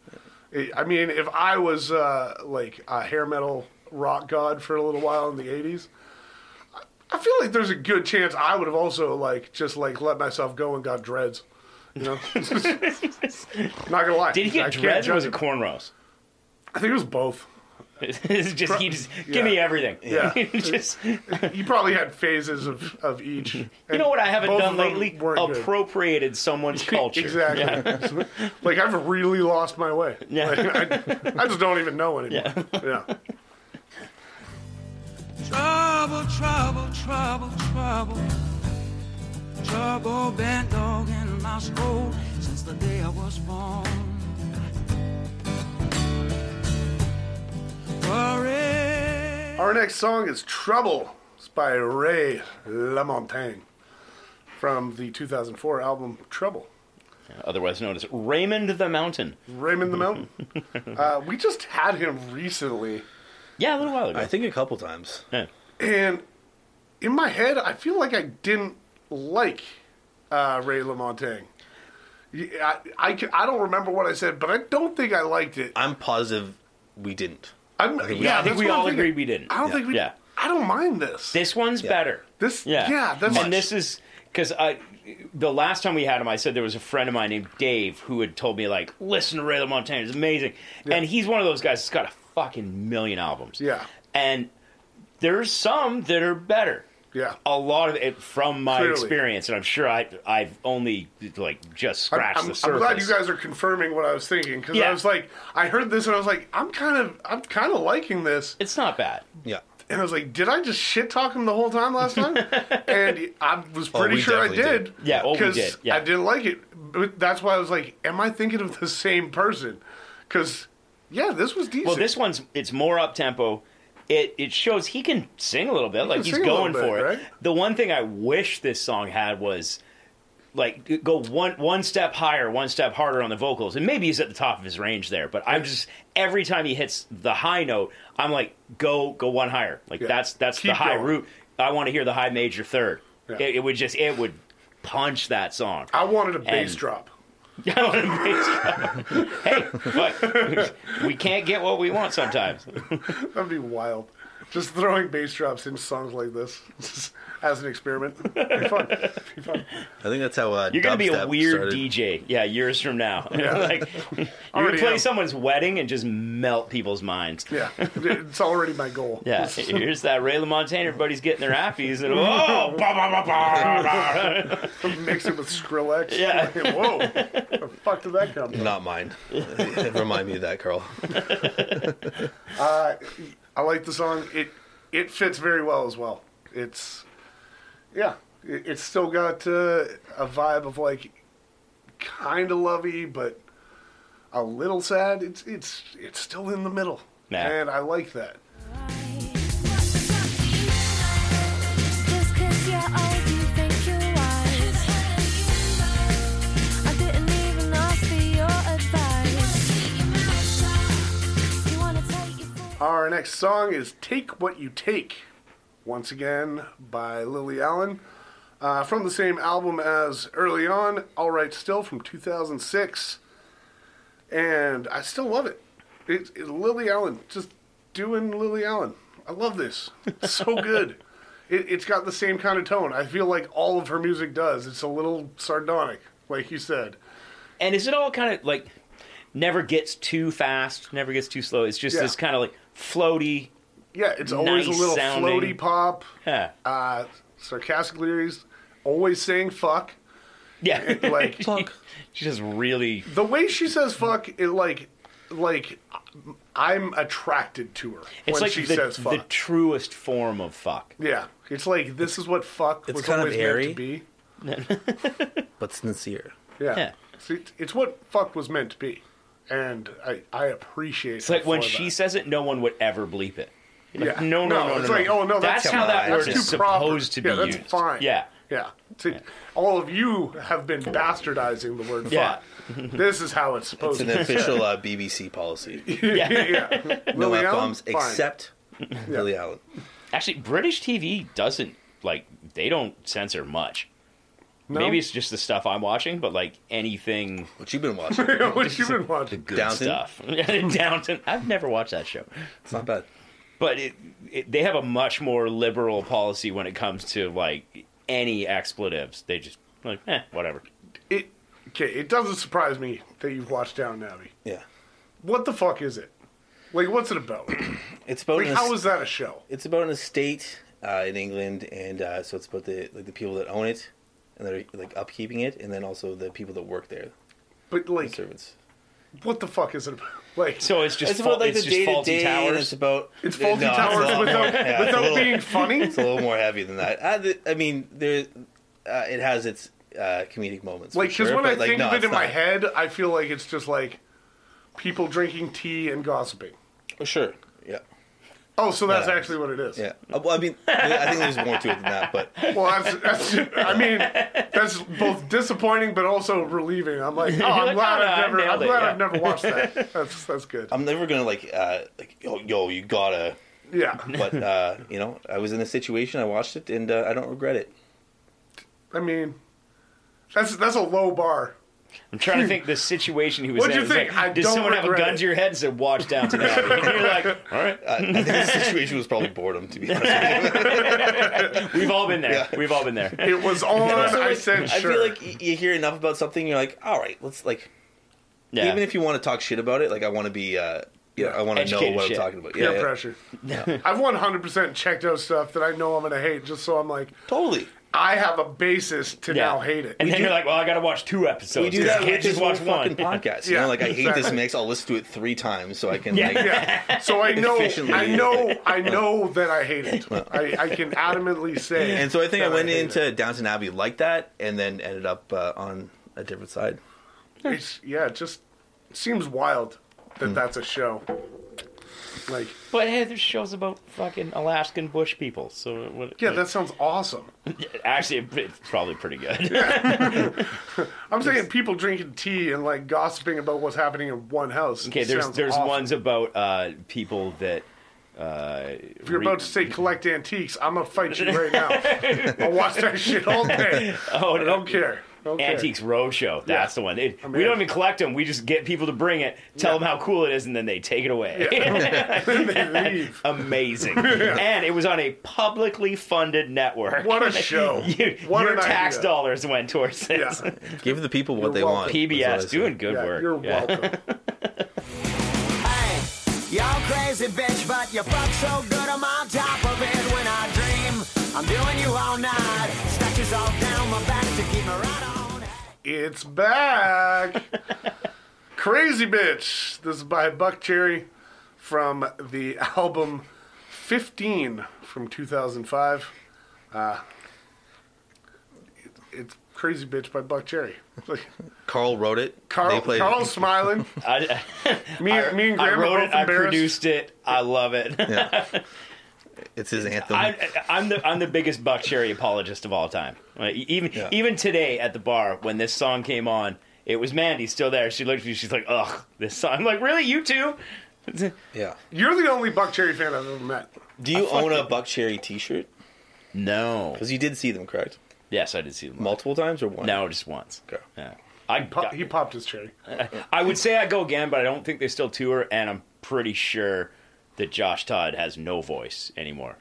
I- I mean, if I was uh, like a hair metal rock god for a little while in the '80s, I- I feel like there's a good chance I would have also like just like let myself go and got dreads. You know, not gonna lie. did he I get can't dreads or judge was it him. cornrows? I think it was both. it's just he just give me yeah. everything. Yeah. just you You probably had phases of, of each. And know what I haven't both done of them lately? weren't good. Appropriated someone's culture. Exactly. like I've really lost my way. Yeah. Like, I, I just don't even know anymore. Yeah. Trouble, trouble, trouble, trouble. Trouble been dogging my soul since the day I was born. Worry. Our next song is Trouble. It's by Ray LaMontagne from the 2004 album Trouble. Otherwise known as Raymond the Mountain. Raymond the Mountain. uh, we just had him recently, Yeah, a little while ago. I think a couple times. Yeah. and in my head, I feel like I didn't like uh, Ray LaMontagne. Yeah, I, I, can- I don't remember what I said, but I don't think I liked it. I'm positive we didn't. I'm, I think we- yeah, I think that's we what I'm all thinking. agreed we didn't. I don't Yeah. think we. Yeah. I don't mind this. This one's better. This- yeah, yeah, that's- and this is because I. The last time we had him, I said there was a friend of mine named Dave who had told me like, listen to Ray LaMontagne, it's amazing, and he's one of those guys that's got a fucking million albums. Yeah. and there's some that are better. Yeah. a lot of it from my Clearly. experience, and I'm sure I I've only like just scratched I'm, the I'm surface. glad you guys are confirming what I was thinking because Yeah. I was like, I heard this and I was like, I'm kind of, I'm kind of liking this, It's not bad. Yeah. and I was like, did I just shit talk him the whole time last time? and I was pretty we sure I definitely did. did. Yeah, oh, we because did, yeah. I didn't like it. But that's why I was like, am I thinking of the same person? Because yeah, this was decent. Well, this one's it's more up tempo. It it shows he can sing a little bit, like can he's sing a little going bit, for it. right? The one thing I wish this song had was like go one one step higher, one step harder on the vocals, and maybe he's at the top of his range there. But I'm just every time he hits the high note, I'm like go go one higher. Like Yeah. that's that's the Keep high going. root. I want to hear the high major third. Yeah. It, it would just it would punch that song. I wanted a bass And- drop. I want a bass drum. hey, but we can't get what we want sometimes. That'd be wild. Just throwing bass drops in songs like this as an experiment. Be fun. Be fun. I think that's how uh, You're gonna be a dubstep weird started. DJ, yeah, years from now. like you're gonna Already play am. someone's wedding and just melt people's minds. Yeah, it's already my goal. Yeah, here's that Ray LaMontagne. Everybody's getting their appies, and oh, bah, bah, bah, bah, bah, bah. Mix it with Skrillex. Yeah. Like, whoa. the fuck did that come? from? Not mine. Remind me of that, Carl. I like the song. It it fits very well as well. It's yeah. It, it's still got uh, a vibe of like kind of lovey, but a little sad. It's it's it's still in the middle, Nah. and I like that. Just 'cause you're old, you think you're wise. I didn't even ask for your advice. You wanna take your full Our next song is Take What You Take, once again by Lily Allen. Uh, from the same album as Early On, All Right Still from 2006. And I still love it. It's it, Lily Allen, just doing Lily Allen. I love this. It's so good. It, it's got the same kind of tone. I feel like all of her music does. It's a little sardonic, like you said. and is it all kind of like never gets too fast, never gets too slow? It's just Yeah. this kind of like floaty. Yeah, it's always Nice a little sounding. floaty pop. Yeah, uh, sarcastic lyrics, always saying fuck. yeah. Like She just really the way she says fuck, it like like I'm attracted to her It's when like she the, says the fuck. truest form of fuck. yeah, it's like this is what fuck it's was kind of always airy. meant to be. But sincere. Yeah, Yeah. See, it's, it's what fuck was meant to be, and I I appreciate. It's like when she says it, no one would ever bleep it. yeah. No, no, no, no, it's no. like oh no, that's, That's how that that's word too is proper. supposed to be yeah, that's used. Fine. Yeah. Yeah. See, All of you have been bastardizing the word Yeah. fuck. This is how it's supposed It's to an be. official uh, BBC policy. yeah. No Lily F Allen? bombs Fine. except Lily Allen. Actually, British TV doesn't like they don't censor much. No? Maybe it's just the stuff I'm watching, but like anything What you been watching? what you been watching? good Downton? stuff. Downton. I've never watched that show, It's not bad. but it, it, they have a much more liberal policy when it comes to like any expletives. They just like eh, whatever. It okay. It doesn't surprise me that you've watched Down Abbey. Yeah. What the fuck is it? Like, what's it about? It's about Like, an how is that a show? it's about an estate uh, in England, and uh, so it's about the like the people that own it and they're like upkeeping it, and then also the people that work there, But the like, servants. what the fuck is it about? Like, So it's just It's about fal- like it's the just day to faulty day. and towers. It's about it's faulty no, a towers lot more- without, yeah, it's a without little- being funny. It's a little more heavy than that. I, th- I mean, there uh, it has its uh, comedic moments. for Like, because sure, when I but, like, think no, of it it's in my not. head, I feel like it's just like people drinking tea and gossiping. Oh, sure, yeah, Oh, so that's Yeah. actually what it is. yeah. Uh, Well, I mean, I think there's more to it than that, but Well, that's, that's I mean, that's both disappointing but also relieving. I'm like, oh, I'm like, glad oh, no, I I've never, nailed I'm it, glad yeah. I've never watched that. That's that's good. I'm never gonna like uh, like yo, yo, you gotta. Yeah, But uh, you know, I was in a situation. I watched it, and uh, I don't regret it. I mean, that's that's a low bar. I'm trying to think the situation he was What'd in. you It was think? like, I did don't someone have a regret gun it. to your head and said, watch down to that? And you're like, all right. I, I think the situation was probably boredom, to be honest. With you. We've all been there. Yeah. We've all been there. It was on. Also, I like, said I sure. feel like y- you hear enough about something, you're like, all right, let's like. Yeah. Even if you want to talk shit about it, like I want to be uh, yeah, I want to know Educated what shit. I'm talking about. Yeah, Peer yeah. pressure. I've 100% checked out stuff that I know I'm going to hate just so I'm like, Totally. I have a basis to now hate it. And then you're like, well, I got to watch two episodes. We do You that can't with this just whole watch one. fucking podcast. You Yeah, know, like I hate this exactly. mix. I'll listen to it three times so I can. like yeah. So I know, Efficiently. I know, I know that I hate it. I, I can adamantly say. And so I think I that went hate into Downton Abbey like that, and then ended up uh, on a different side. it. It's- yeah, it just seems wild that Hmm. that's a show. Like, But hey, there's shows about fucking Alaskan bush people. So what, yeah, that sounds awesome. actually, it's probably pretty good. I'm saying people drinking tea and like gossiping about what's happening in one house. Okay, there's sounds there's awful. ones about uh, people that. Uh, If you're about to say collect antiques, I'm gonna fight you right now. I'll watch that shit all day. Oh, I don't care. I don't care. Antiques Roadshow. That's the Yeah. one. It- I'm we in. don't even collect them. We just get people to bring it, tell them how cool it is, and then they take it away. they leave. Amazing. And it was on a publicly funded network. What a show. You- What your an tax idea. dollars went towards Yeah. this. Give the people what You're they welcome. want. That's what I PBS say. doing good Yeah, work. You're Yeah. welcome. Hey, y'all crazy bitch, but you fuck so good I'm on top of it when I dream. I'm doing you all night. Scratches all down my back to keep me right on. It's back. Crazy Bitch. This is by Buck Cherry from the album 15 from 2005. Uh, it- it's Crazy Bitch by Buck Cherry. Like, Carl wrote it. Carl, They played Carl's smiling. I, Me, me and I Graham wrote are it. both I embarrassed. produced it. I love it. it. It's his anthem. I, I'm the I'm the biggest Buck Cherry apologist of all time. Like, e, even Yeah. even today at the bar when this song came on, it was Mandy still there. She looked at me. She's like, "Ugh, this song." I'm like, "Really, you too?" yeah. You're the only Buck Cherry fan I've ever met. Do you own a Buck Cherry T-shirt? No. Because you did see them, correct? Yes, I did see them. Multiple times or one? No, just once. Okay. Yeah. I Po- He popped his cherry. I would say I go again, but I don't think they still tour, and I'm pretty sure that Josh Todd has no voice anymore.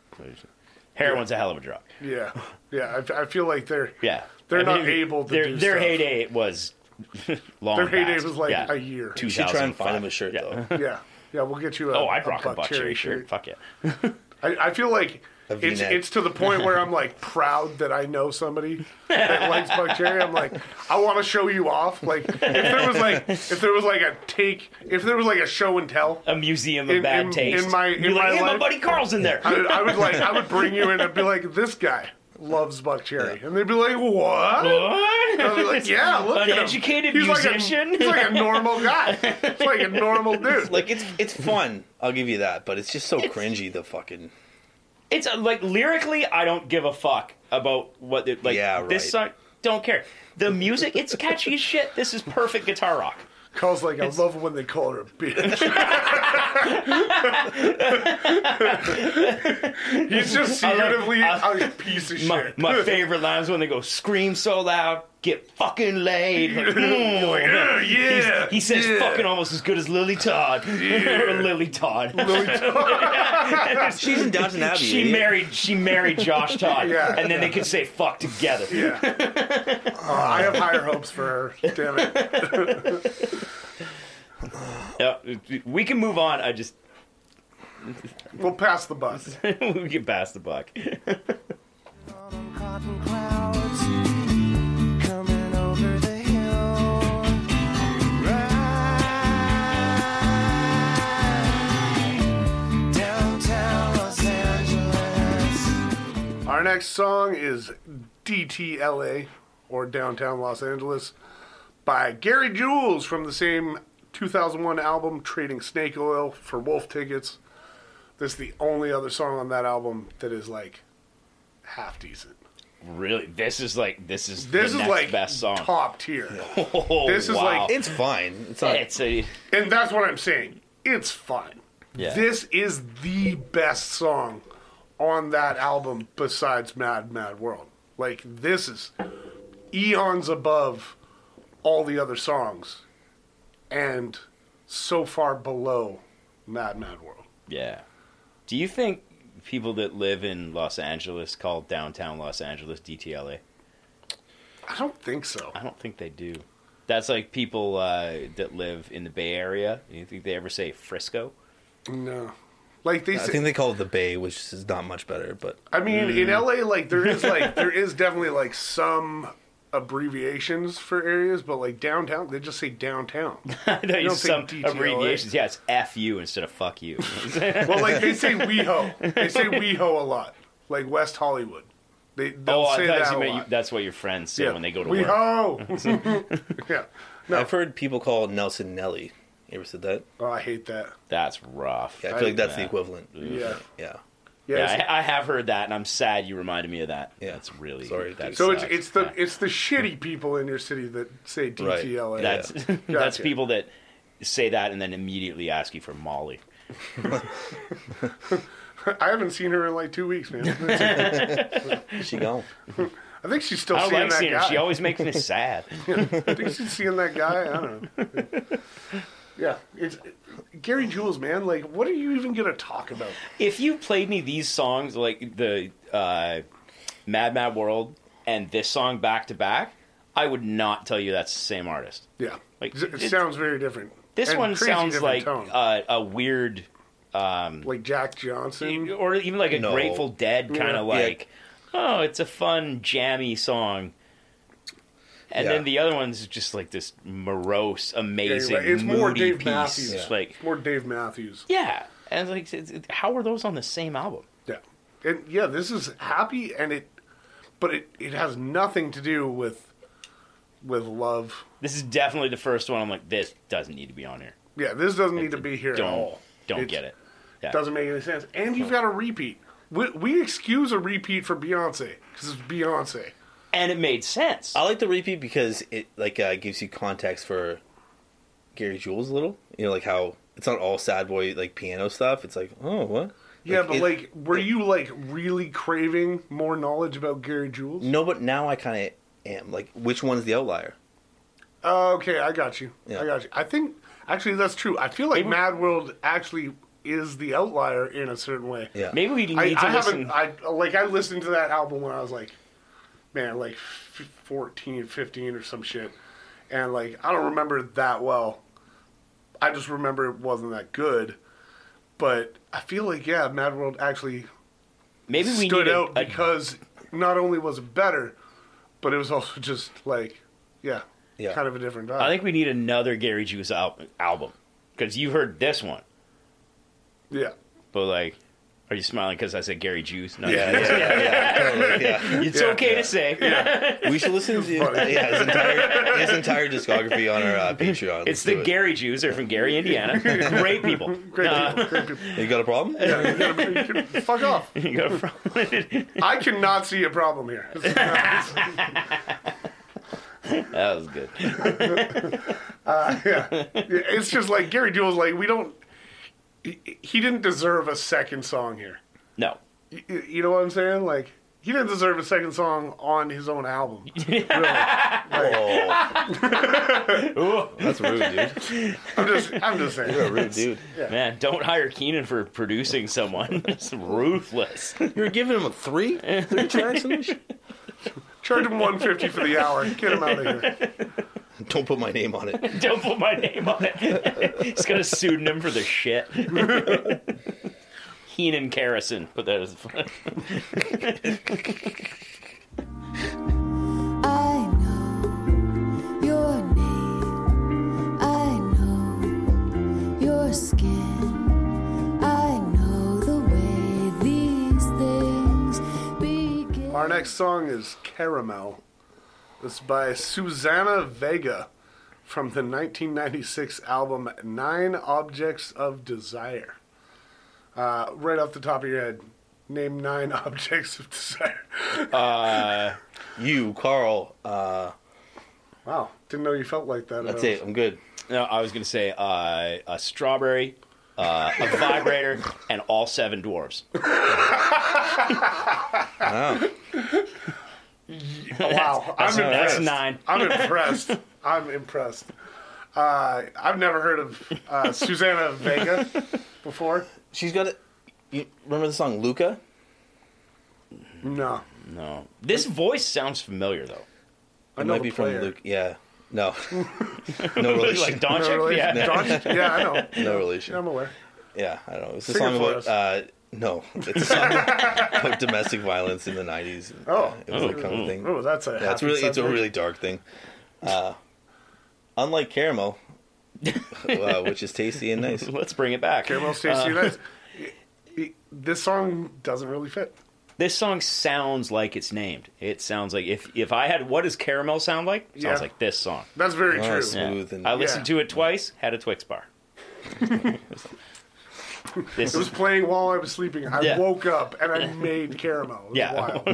Heroin's a hell of a drug. Yeah, yeah. I f- I, feel like they're Yeah, They're I mean, not able to Their, do their stuff. heyday was long. Their heyday past. was like Yeah. a year. You should try and find him a shirt 2005. though. yeah, yeah. We'll get you. A, Oh, I'd rock a Buck, Cherry shirt. Fuck yeah. I, I feel like A it's V-neck. it's to the point where I'm like proud that I know somebody that likes Buck Cherry. I'm like, I want to show you off. Like if there was like if there was like a take if there was like a show and tell. A museum of In- bad in- taste. in my- You're in like, my "Hey, my life- buddy Carl's in there. I would, I would like I would bring you in and be like, this guy loves Buck Cherry, and they'd be like, what? I'd be like, yeah, look at him. Uneducated he's musician." Like a, he's like a normal guy. He's like a normal dude. Like it's it's fun. I'll give you that, but it's just so cringy. The fucking it's uh, like lyrically, I don't give a fuck about what the, like Yeah, this song. right. Don't care. The music, it's catchy as shit. This is perfect guitar rock. Carl's like, I love when they call her a bitch. He's just secretively I- a piece of My, shit. my favorite lines when they go scream so loud, get fucking laid. Like, yeah, mm. yeah. He says yeah. fucking almost as good as Lily Todd. or Lily Todd. she's in Downton Abbey. She idiot. married she married Josh Todd. Yeah. And then they could say fuck together. Yeah. Oh, I have higher hopes for her. Damn it. Uh, we can move on. I just We'll pass the bus. we get past the buck. cotton clouds coming over the hill. Right downtown Los Angeles. Our next song is DTLA or Downtown Los Angeles by Gary Jules from the same 2001 album Trading Snake Oil for Wolf Tickets. This is the only other song on that album that is like half decent. Really, this is like this is This the is next like best song. top tier. Oh, this is wow. like- It's fine. It's not. it's a And that's what I'm saying. It's fine. Yeah. This is the best song on that album besides Mad Mad World. Like this is eons above all the other songs and so far below Mad Mad World. yeah. Do you think people that live in Los Angeles call downtown Los Angeles DTLA? I don't think so. I don't think they do. That's like people uh, that live in the Bay Area. You think they ever say Frisco? No. Like they I say, think they call it the Bay, which is not much better, but I mean, in LA, like there is like there is definitely like some abbreviations for areas, but like downtown, they just say downtown. I know you don't some think DTLA. abbreviations. Yeah, it's F you instead of fuck you. well, like they say WeHo, they say WeHo a lot, like West Hollywood. They they'll oh, say I that thought a you meant you, lot. that's what your friends say when they go to work. WeHo. yeah. No, I've heard people call Nelson Nelly. You ever said that? oh, I hate that. That's rough. Yeah, I Yeah, feel like that's the Yeah. equivalent. Yeah. Yeah. Yeah. it's- I, I have heard that, and I'm sad you reminded me of that. Yeah. that's really Sorry, That so it's sucks. it's the Yeah. it's the shitty people in your city that say DTLA. That's that's Oh, Gotcha. people that say that and then immediately ask you for Molly. I haven't seen her in like two weeks, man. She gone. I think she's still I don't seeing like that seeing her. guy. She always makes me sad. I think she's seeing that guy. I don't know. Yeah, it's Gary Jules, man. Like, what are you even gonna talk about? if you played me these songs like the uh, Mad Mad World and this song back to back, I would not tell you that's the same artist. Yeah, Like, it, it it- sounds very different. This And one crazy sounds different like tone. uh, a weird, like Jack Johnson. or even like a No. Grateful Dead kind Mm-hmm. Yeah. of like, oh, it's a fun jammy song. And Yeah. then the other one's just like this morose, amazing, like, it's moody more Dave piece. Matthews. It's Like, More Dave Matthews. yeah, and like, it's- it's- how are those on the same album? Yeah, and yeah, this is happy, and it, but it it has nothing to do with with love. This is definitely the first one. I'm like, this doesn't need to be on here. Yeah, this doesn't need to be here at Don't all. don't It's- get it. Yeah. Doesn't make any sense. And you've got a repeat. We, we excuse a repeat for Beyonce because it's Beyonce. and it made sense. I like the repeat because it like uh, gives you context for Gary Jules a little. You know, like how it's not all sad boy like piano stuff. It's like, oh, what? Yeah, but it- like, were you like really craving more knowledge about Gary Jules? no, but now I kind of am like, which one's the outlier? Oh, okay, I got you. Yeah. I got you. I think actually that's true. I feel like Mad World actually is the outlier in a certain way. Yeah, Maybe we need I, to I listen. haven't. I like I listened to that album when I was like, man, like f- 14, 15 or some shit, and like I don't remember it that well. I just remember it wasn't that good, but I feel like yeah, Mad World actually Maybe we stood need a- out a- because not only was it better, but it was also just like, yeah, Yeah. kind of a different vibe. I think we need another Gary Juice al- album because you heard this one, yeah, but like, are you smiling because I said Gary Juice? No, yeah, yeah, yeah, totally, yeah. it's okay to say. We should listen to yeah, his entire his entire discography on our uh, Patreon. It's Let's the do it. Gary Jews. They're from Gary, Indiana. Great people. great Uh, people, great people. You got a problem? You gotta be- you can- fuck off! you go from- I cannot see a problem here. This is not- that was good. It's just like Gary Jules, like we don't. He, he didn't deserve a second song here. No, Y- y- You know what I'm saying? Like he didn't deserve a second song on his own album. Really. Like, Oh. That's rude, dude. I'm just, I'm just You're a saying. rude dude. man, don't hire Keenan for producing someone. It's ruthless. You're giving him a three, three tracks. on this shit? Charge him 150 for the hour. Get him out of here. Don't put my name on it. Don't put my name on it. He's got a pseudonym for the shit. Heenan Carrison. Put that as I know your name. I know your skin. I know the way these things begin. Our next song is Caramel. It's by Susanna Vega from the 1996 album Nine Objects of Desire. Uh, right off the top of your head, name nine objects of desire. You, Carl. Uh, Wow, didn't know you felt like that. that's it. I'm good. No, I was going to say uh, a strawberry, uh, a vibrator, and all seven dwarves. Wow. Wow, I'm That's impressed. nine. I'm impressed. I'm impressed. Uh, I've never heard of uh, Susanna Vega before. She's got. A, you remember the song Luca? No, No. This voice sounds familiar, though. I It know might the be player. from Luke. Yeah. No, no relation. like Don No, really? Yeah. Don- yeah, I know. no relation. Yeah, I'm aware. Yeah, I don't know. It's a Sing it song for about. us. Uh, no, it's a song about domestic violence in the '90s. Oh. it was a common thing. Oh, that's a. Yeah, it's happy really it's a subject. really dark thing. Uh, unlike caramel, uh, which is tasty and nice. Let's bring it back. Caramel Stacy United. This song doesn't really fit. This song sounds like it's named. It sounds like if if I had what does caramel sound like? Sounds Yeah. like this song. That's very Oh, true. snap. Smooth and- I listened Yeah. to it twice. Had a Twix bar. this It was is, playing while I was sleeping. I Yeah. woke up and I made caramel. It was Yeah. wild.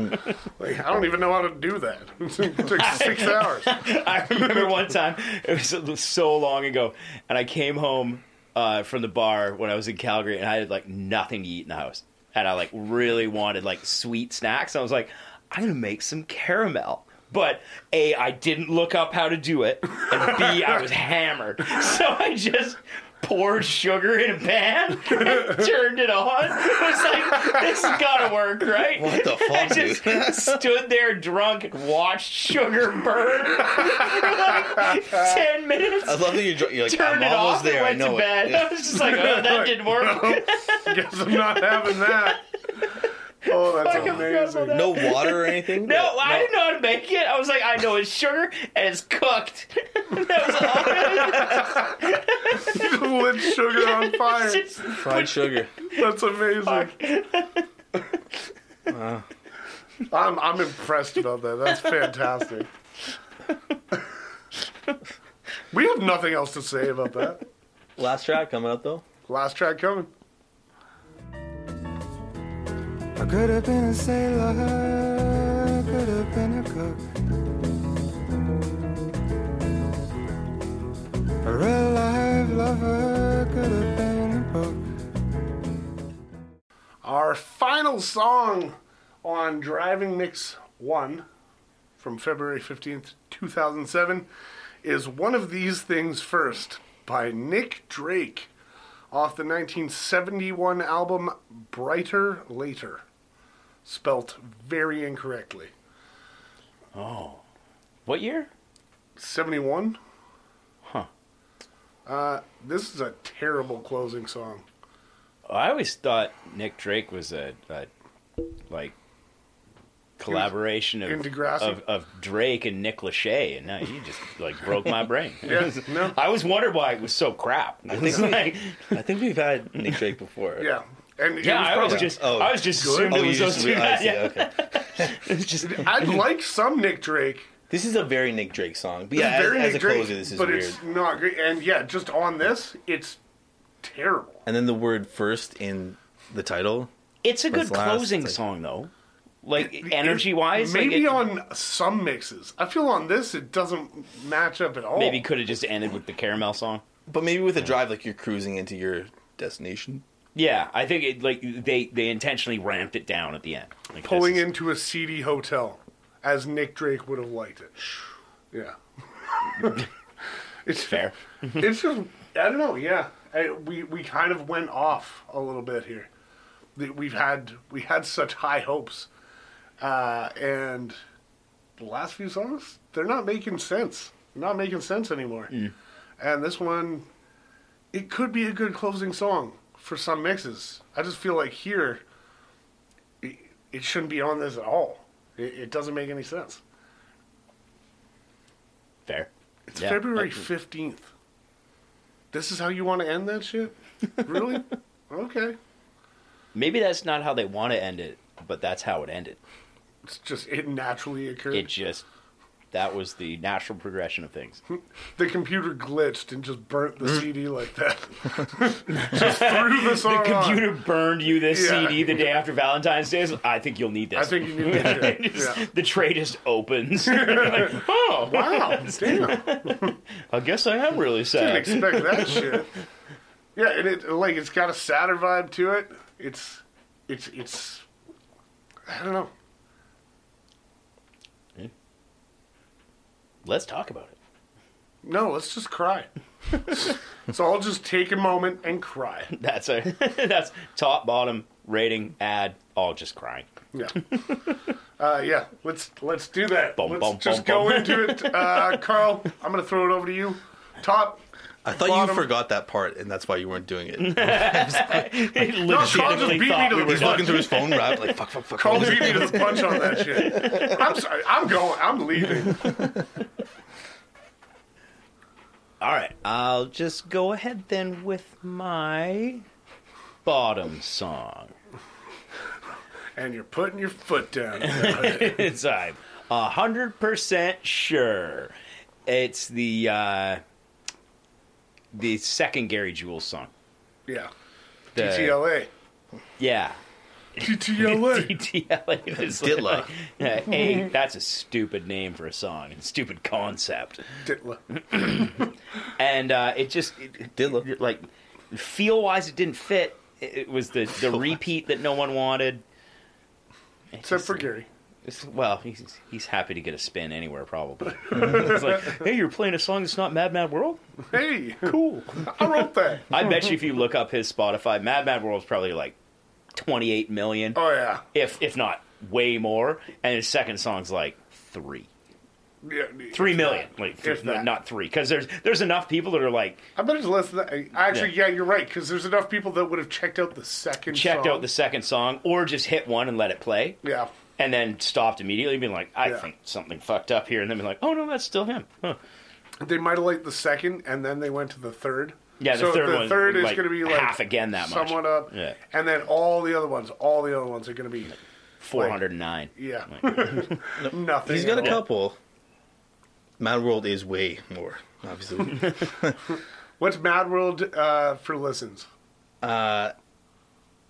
like I don't even know how to do that. it took six hours. I remember one time it was so long ago, and I came home uh, from the bar when I was in Calgary, and I had like nothing to eat in the house, and I like really wanted like sweet snacks. I was like, I'm gonna make some caramel. But A, I didn't look up how to do it, and B, I was hammered. So I just poured sugar in a pan and turned it on. It was like, this has gotta work, right? What the I fuck, dude? just stood there drunk and watched sugar burn for like 10 minutes. I love that you're, dr- you're like turned it I'm almost off there. and I went know to it. bed. Yeah. I was just like, oh, that didn't work. Guess I'm not having that. Oh, that's Fuck, I forgot about amazing. that. No water or anything. No, I didn't know how to make it. I was like, I know it's sugar and it's cooked. that was all. Lit sugar on fire. Just- fried sugar. That's amazing. I'm I'm impressed about that. That's fantastic. we have nothing else to say about that. Last track coming up though. Last track coming. I could have been a sailor, could have been a cook. A real life lover could have been a book. Our final song on Driving Mix 1 from February 15th, 2007 is One of These Things First by Nick Drake off the 1971 album Brighter Later, spelt very incorrectly. What year? 71? Huh. Uh, this is a terrible closing song. I always thought Nick Drake was a, a like collaboration In of, Degrassi? of of Drake and Nick Lachey, and now you just like broke my brain. Yeah, no? I always wondered why it was so crap. I think like, I think we've had Nick Drake before. Yeah. And it yeah, I was probably- just Oh, I was just assumed Oh, it you was just those two I guys. see, Yeah. okay. It's just I like some Nick Drake. This is a very Nick Drake song, but yeah, It's very as, as Nick a Drake, closer, this is but weird. it's not great. And yeah, just on this, it's terrible. And then the word first in the title. it's a good What's last? closing It's like- song though. Like energy wise, maybe like it, on some mixes. I feel on this it doesn't match up at all. maybe could have just ended with the caramel song. But maybe with a drive, like you're cruising into your destination. Yeah, I think it like they they intentionally ramped it down at the end. Like, this pulling is- into a seedy hotel, as Nick Drake would have liked it. Yeah, it's Fair. It's just I don't know. Yeah, I, we we kind of went off a little bit here. The- We've had we had such high hopes, uh, and the last few songs they're not making sense. They're not making sense anymore. And this one, it could be a good closing song for some mixes. I just feel like here, it, it shouldn't be on this at all. It, it doesn't make any sense. fair. It's Yeah, February that- fifteenth. This is how you want to end that shit? Really? okay. Maybe that's not how they want to end it, but that's how it ended. It's just it naturally occurred. It just that was the natural progression of things. the computer glitched and just burnt Mm-hmm. the CD like that. just threw the song on. Computer burned you this Yeah. CD the day after Valentine's Day. So I think you'll need this. I think you need that shit. Just- Yeah. The tray just opens. Like, oh, Wow, damn. I guess I am really didn't sad. expect that shit. Yeah, and it like it's got a sadder vibe to it. It's it's it's I don't know. Let's talk about it. No, let's just cry. so I'll just take a moment and cry. That's a that's top bottom rating ad. All just crying. Yeah. Uh, yeah, let's let's do that. Bum, let's bum, just bum, go bum. into it. Uh, Carl, I'm going to throw it over to you. Top. I thought Bottom. you forgot that part, and that's why you weren't doing it. He Carl just legitimately beat me thought to we the were He's done. looking through his phone, rap like fuck, fuck, fuck. Carl beat me to the punch on that shit. I'm sorry. I'm going. I'm leaving. All right, I'll just go ahead then with my bottom song. And you're putting your foot down. it's I'm a hundred percent sure. It's the uh, the second Gary Jules song. Yeah. The- TTLA. Yeah. TTLA. DTLA is Ditla. like- Yeah, A, that's a stupid name for a song and stupid concept. Ditla. And uh, it just, it, Diddler. like, feel wise, it didn't fit. It, it was the, the repeat that no one wanted. Except for Gary. It's- well, he's, he's happy to get a spin anywhere, probably. it's like, hey, you're playing a song that's not Mad Mad World? Hey, Cool. I wrote that. I bet you if you look up his Spotify, Mad Mad World's probably like 28 million, Oh yeah. if, if not way more. And his second song's like three. yeah Three million, like If th- no, that. not three, because there's there's enough people that are like I bet it's less than that. Actually, yeah, you're right because there's enough people that would have checked out the second. checked song. out the second song or just hit one and let it play, Yeah. and then stopped immediately, being like, I Yeah. think something fucked up here, and then be like, oh no, that's still him. Huh. They might have liked the second, and then they went to the third. Yeah, the so third the one, third is like, going to be like half again that much. somewhat up, Yeah. and then all the other ones, all the other ones are going to be Four hundred and nine. yeah, nothing. He's got a at all. couple. Mad World is way more, obviously. What's Mad World uh, for listens?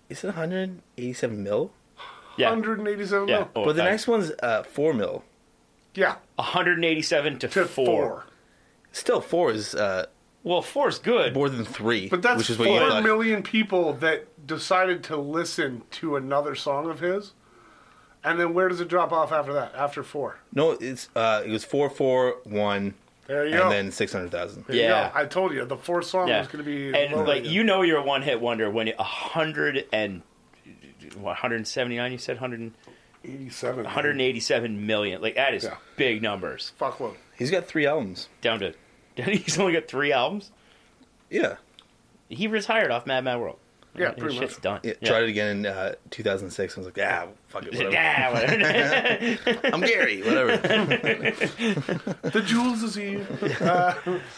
is it 187 mil? yeah, 187. yeah. mil. but the next one's uh, 4 mil. yeah, one, hundred and eighty-seven to, to four. four. Still, 4 is uh, Well, four's good. more than 3, But that's which is four what you million thought. people that decided to listen to another song of his. And then where does it drop off after that? After four. No, it's uh, it was 441 There you and go. then 600,000. There you go. Yeah. I told you the fourth song yeah, was going to be and lower like again. you know, you're a one-hit wonder when a hundred and what, 179 you said 100 87. 187 million like that is Yeah. big numbers Fuckload. He's got 3 albums. down to he's only got three albums. Yeah. He retired off Mad Mad World. Yeah, His pretty shit's much. done. yeah. Tried it again in uh, 2006 and was like, ah, fuck it, whatever. Yeah, whatever. I'm Gary, whatever. The Jules is here.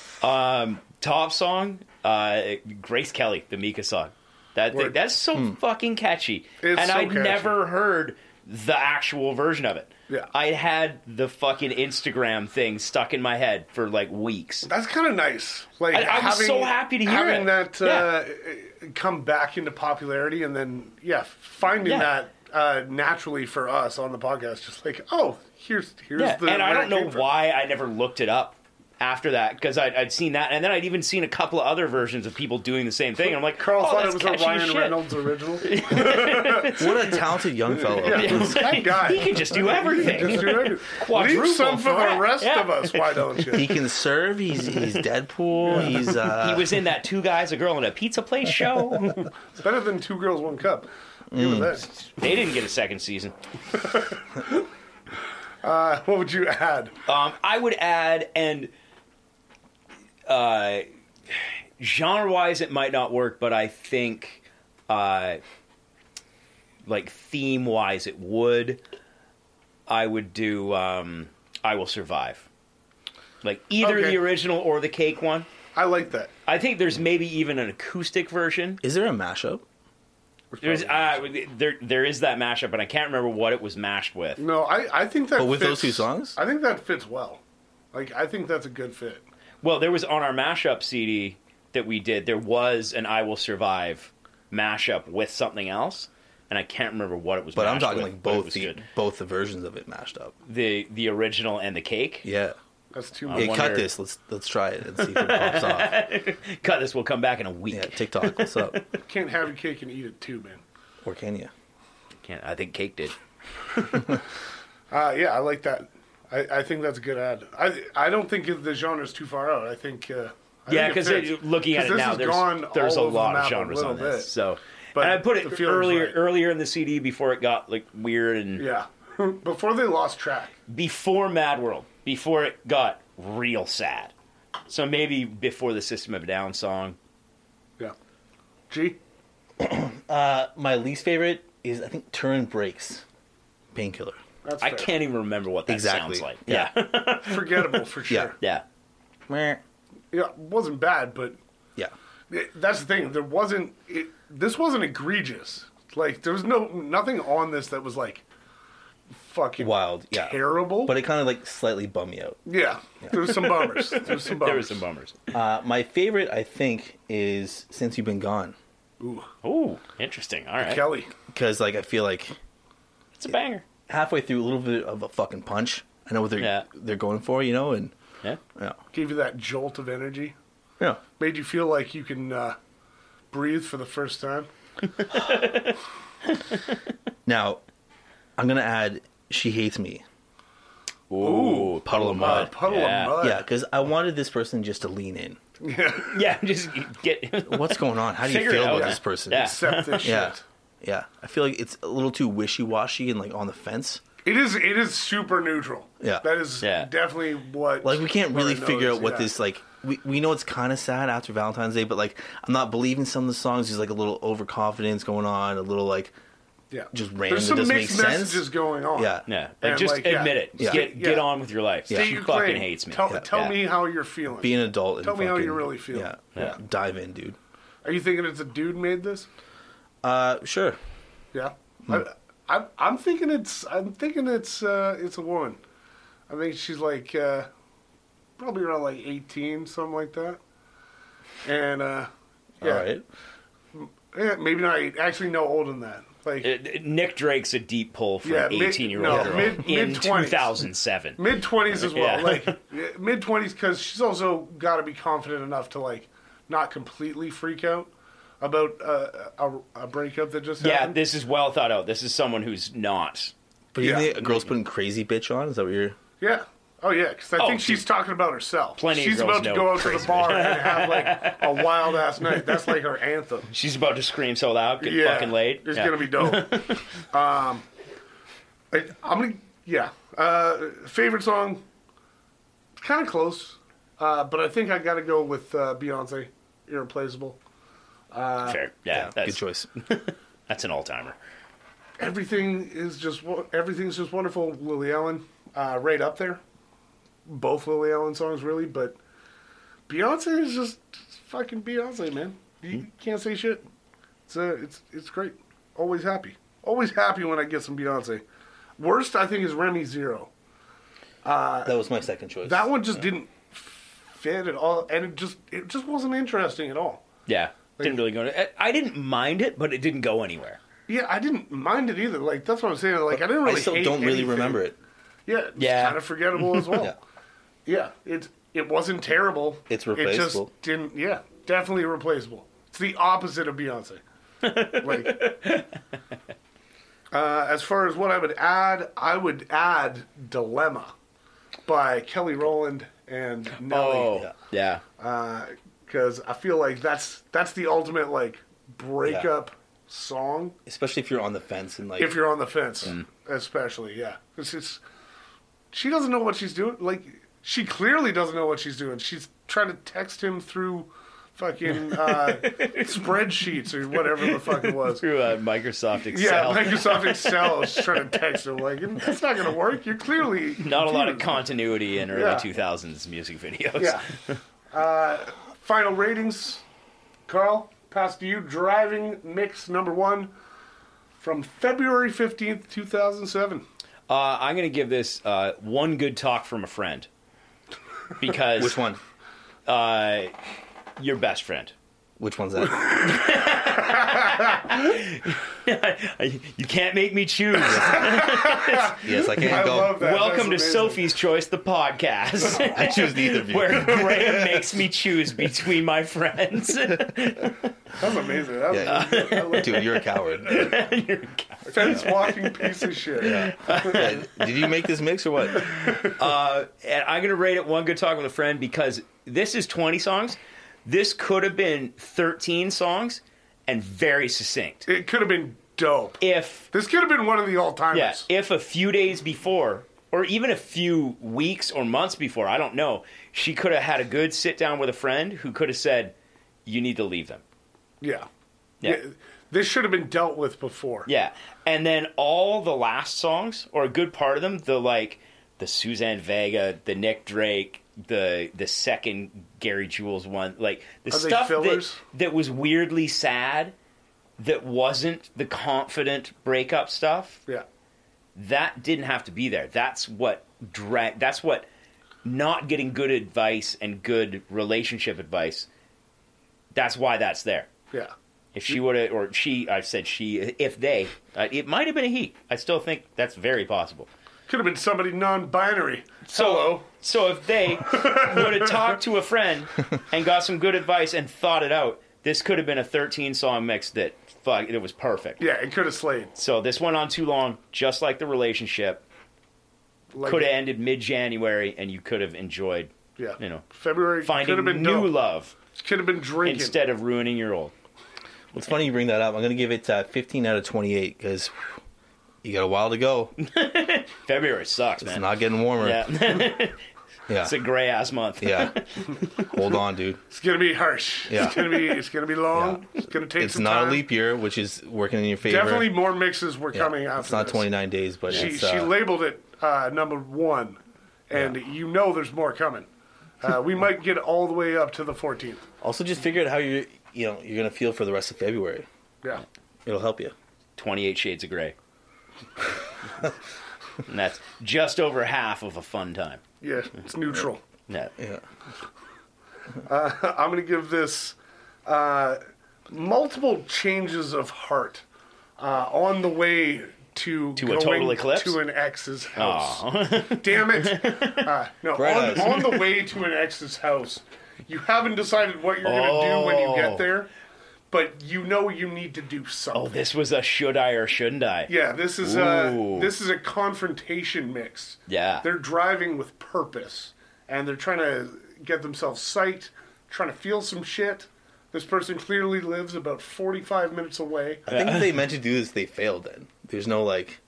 Uh, Top song, uh, Grace Kelly, the Mika song. That thing, Word. Hmm. that's so fucking catchy, It's and so I'd catchy. never heard the actual version of it. Yeah. I had the fucking Instagram thing stuck in my head for like weeks. That's kind of nice. Like I- I was so happy to hear having it. that uh, come back into popularity, and then yeah, finding Yeah. that uh, naturally for us on the podcast, just like oh, here's here's Yeah, the and I where don't it know came from. why I never looked it up after that because I'd, I'd seen that, and then I'd even seen a couple of other versions of people doing the same thing. And I'm like, Carl oh, thought that's it was catchy a Ryan shit. Reynolds original. what a talented young fellow. that guy. He can just do everything. Just do it. Quadruple Leave some for the threat. rest Yeah. of us. Why don't you? He can serve. He's he's Deadpool. He's uh, he was in that two guys, a girl, and a pizza place show. It's better than two girls, one cup. Give Mm. it that. they didn't get a second season. What would you add? Um, I would add, and uh, genre-wise, it might not work, but I think, uh, like theme-wise, it would. I would do. Um, I will survive. Like either Okay. the original or the cake one. I like that. I think there's maybe even an acoustic version. Is there a mashup? There's uh, there there is that mashup, and I can't remember what it was mashed with. No, I, I think that. But with fits, those two songs? I think that fits well. Like I think that's a good fit. Well, there was on our mashup CD that we did. There was an "I Will Survive" mashup with something else, and I can't remember what it was. But I'm mashed talking with, like but it both was the good. both the versions of it mashed up. the the original and the cake. Yeah. That's too Hey, much. cut wonder- this. Let's let's try it and see if it pops off. Cut this. We'll come back in a week. Yeah, TikTok, what's up? Can't have your cake and eat it too, man. Or can you? Can't, I think cake did. Uh, yeah, I like that. I, I think that's a good ad. I I don't think it- the genre's too far out. I think. Uh, I Yeah, think it because fits. looking at 'Cause it this now, has there's gone there's a all over the lot of map genres on little this. bit. So, But and I put it the feeling's earlier right. earlier in the CD before it got like weird and yeah, before they lost track. before Mad World, before it got real sad. So maybe before the System of a Down song. Yeah. G. My least favorite is I think Turn Breaks, Painkiller. That's I fair. can't even remember what that Exactly. sounds like. Yeah. yeah. Forgettable for Yeah. sure. Yeah. Meh. Yeah, it wasn't bad, but Yeah. it- that's the thing. There wasn't. It, this wasn't egregious. Like there was no nothing on this that was like fucking Wild. Yeah. terrible. But it kind of like slightly bummed me out. yeah, there was some bummers. There was some bummers. There were some bummers. Uh, my favorite, I think, is Since You've Been Gone. Ooh, interesting. All right. Kelly. Because like I feel like It's a banger. halfway through a little bit of a fucking punch. I know what they're Yeah. they're going for, you know, and Yeah. yeah, gave you that jolt of energy, yeah. made you feel like you can uh, breathe for the first time. Now, I'm gonna add "She Hates Me." Ooh, puddle of Uh, mud. puddle yeah. of mud. Yeah, because I wanted this person just to lean in. Yeah, just get What's going on? How do you Figure it feel out. about Yeah. this person? Yeah. Accept this yeah, shit. yeah. I feel like it's a little too wishy-washy and like on the fence. It is. It is super neutral. Yeah. That is Yeah. definitely what. Like we can't really Lauren figure knows, out what yeah. this like. We, we know it's kind of sad after Valentine's Day, but like I'm not believing some of the songs. There's like a little overconfidence going on, a little like Yeah. just random, There's some doesn't make mixed sense. messages going on. yeah Yeah, like And, just like, yeah. admit it. Yeah. Get Yeah. get on with your life. Yeah. She You fucking claim, hates me. Tell, Yeah. tell Yeah. me how you're feeling. be an adult. And Tell me how fucking- you really feel. Yeah, Yeah. dive in, dude. Are you thinking it's a dude made this? Uh, sure. Yeah. Hmm. I, I, I'm thinking it's. I'm thinking it's. Uh, it's a woman. I think she's like uh, probably around like 18, something like that. And uh, yeah, All right. yeah, maybe not. eight- Actually, no older than that. Like Uh, Nick Drake's a deep pull for Yeah, an mid- 18 year old no, girl mid- in mid-twenties. 2007. mid twenties as well. Yeah. Like mid twenties because she's also got to be confident enough to like not completely freak out about uh, a, a breakup that just yeah, happened. this is well thought out. This is someone who's not. But you Yeah. think a girl's putting crazy bitch on? Is that what you're? Yeah. Oh yeah, because I Oh, think she's dude. talking about herself. Plenty of she's girls about to know go out to the bar and have like a wild ass night. That's like her anthem. She's about to scream so loud, get Yeah, fucking laid. It's Yeah. gonna be dope. um, I, I'm gonna yeah. Uh, favorite song, kind of close, uh, but I think I gotta go with uh, Beyonce, Irreplaceable. fair. Yeah, good that's, choice. that's an all timer. Everything is just wo- everything's just wonderful. Lily Allen, uh, right up there. Both Lily Allen songs really, but Beyonce is just fucking Beyonce, man. Hmm. You can't say shit. It's uh, it's it's great. Always happy. Always happy when I get some Beyonce. Worst I think is Remy Zero. that was my second choice. That one just didn't fit at all, and it just it just wasn't interesting at all. Yeah, didn't really go. I, I didn't mind it, but it didn't go anywhere. Yeah, I didn't mind it either. Like that's what I'm saying. Like I didn't really. I still hate don't really anything. remember it. Yeah, it's Yeah. kind of forgettable as well. Yeah. Yeah, it it wasn't terrible. It's It replaceable. just didn't. Yeah, definitely replaceable. It's the opposite of Beyonce. like, uh, as far as what I would add, I would add "Dilemma" by Kelly Rowland and Nelly Oh, yeah. because I feel like that's that's the ultimate like breakup song Especially if you're on the fence and like. if you're on the fence, Mm. especially. Yeah, it's just she doesn't know what she's doing. Like she clearly doesn't know what she's doing. She's trying to text him through fucking uh, spreadsheets or whatever the fuck it was. Through uh, Microsoft Yeah, Excel. Microsoft Excel. She's trying to text him like that's not gonna work. You're clearly not a lot of confused." continuity in early Yeah. 2000s music videos. Yeah. Uh, final ratings, Carl. Pass to you. Driving mix number one from February fifteenth, two thousand seven. Uh, I'm going to give this uh, one good talk from a friend because Which one? your best friend. Which one's that? Uh, you can't make me choose. yes, I can't I go. love that. That's Welcome to amazing. Sophie's Choice, the podcast, I choose neither of you. where Graham makes me choose between my friends. That's amazing. That's Yeah. amazing. I like Dude, you're a coward. fence walking piece of shit. Yeah, Did you make this mix or what? and I'm gonna rate it one good talk with a friend because this is 20 songs. This could have been 13 songs and very succinct. It could have been dope. If This could have been one of the all timers. yeah, if a few days before or even a few weeks or months before, I don't know, she could have had a good sit down with a friend who could have said, "You need to leave them." Yeah. Yeah. Yeah, This should have been dealt with before. Yeah. And then all the last songs, or a good part of them, the like the Suzanne Vega, the Nick Drake, the the second Gary Jules one, like the they stuff that, fillers? that was weirdly sad that wasn't the confident breakup stuff, Yeah. that didn't have to be there. That's what drag that's what not getting good advice and good relationship advice. That's why that's there. Yeah. If she would have, or she, I said she, if they, uh, it might have been a he. I still think that's very possible. Could have been somebody non binary. So, so if they would have talked to a friend and got some good advice and thought it out, this could have been a 13 song mix that fuck, it was perfect. Yeah, it could have slayed. So this went on too long, just like the relationship. Like, Could have ended mid January, and you could have enjoyed, Yeah. you know, February could finding have been new dope. love Could have been drinking. instead of ruining your old. It's funny you bring that up. I'm gonna give it uh, 15 out of 28 because you got a while to go. It's February sucks, man. not getting warmer. yeah, yeah. it's a gray ass month. Yeah. Hold on, dude. It's gonna be harsh. Yeah. It's gonna be it's gonna be long. It's gonna take It's some not time. a leap year, which is working in your favor. Definitely more mixes were Yeah. coming out. It's not 29 days, but She it's, she uh, labeled it uh, number one, and you know there's more coming. Uh, we might get all the way up to the 14th. also just figure out how you you know you're gonna feel for the rest of February. Yeah. It'll help you. 28 Shades of Grey. and that's just over half of a fun time. Yeah. It's neutral. Yeah. Yeah. I'm going to give this uh, multiple changes of heart uh, on the way to To a total going eclipse? to an ex's house. Aw. Damn it! Uh, no, Right on, on. on the way to an ex's house, you haven't decided what you're going to do when you Oh. get there, but you know you need to do something. Oh, this was a should I or shouldn't I? Yeah, this is a Ooh. this is a confrontation mix. Yeah. they're driving with purpose, and they're trying to get themselves sight, trying to feel some shit. This person clearly lives about forty-five minutes away. I think if they meant to do this, they failed. Then there's no like,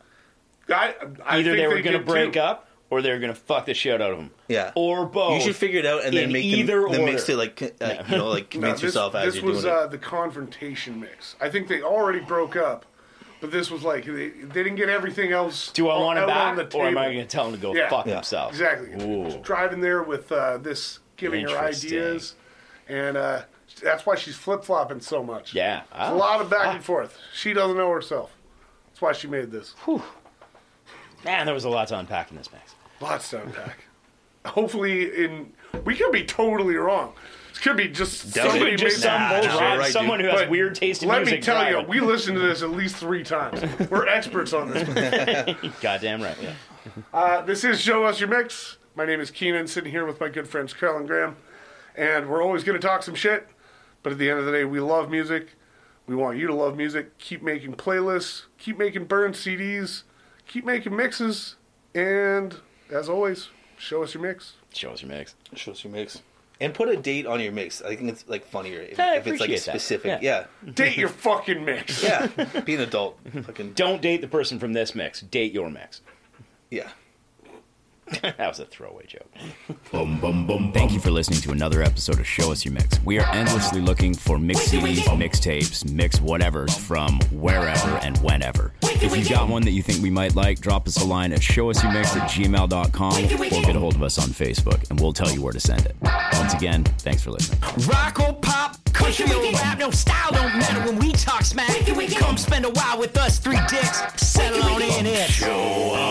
I, I Either think they were going to break up or they were going to fuck the shit out of them. yeah, Or both. You should figure it out and then In make either them, then mix order. it like, con- like, you know like No, convince this, yourself as this you're was doing uh, the confrontation mix. I think they already broke up, but this was like they, they didn't get everything else. Do I o- want him out on back or am I table. going to tell him to go Yeah. fuck Yeah. himself? Exactly. Oh. Ooh. She's driving there with uh, this, giving her Interesting. ideas, and uh, that's why she's flip flopping so much. Yeah. It's a Ah. lot of back and forth. She doesn't know herself. That's why she made this. Man, there was a lot to unpack in this mix. Lots to unpack. Hopefully, in we could be totally wrong. It could be just Somebody somebody just some made some Nah, bullshit. bullshit. right, dude. someone who has But weird taste in Let music. me tell you, driving. we listened to this at least three times. We're experts on this. Goddamn right. Yeah. Uh, This is Show Us Your Mix. My name is Keenan, sitting here with my good friends Carol and Graham. And we're always going to talk some shit, but at the end of the day, we love music. We want you to love music. Keep making playlists, keep making burn CDs, keep making mixes. And as always, show us your mix. Show us your mix. it. Show us your mix and put a date on your mix. I think it's like funnier if, I if it's like appreciate that. specific. Yeah, Date your fucking mix. yeah. Be an adult. Fucking Don't date the person from this mix. Date your mix. yeah. That was a throwaway joke. Thank you for listening to another episode of Show Us Your Mix. We are endlessly looking for mix CDs, mixtapes, mix whatevers from wherever and whenever. If you got one that you think we might like, drop us a line at showusyourmix at gmail.com or get a hold of us on Facebook and we'll tell you where to send it. Once again, thanks for listening. Rock or pop, country or rap, no style don't matter when we talk smack. Come spend a while with us, three dicks, settle on in it. Show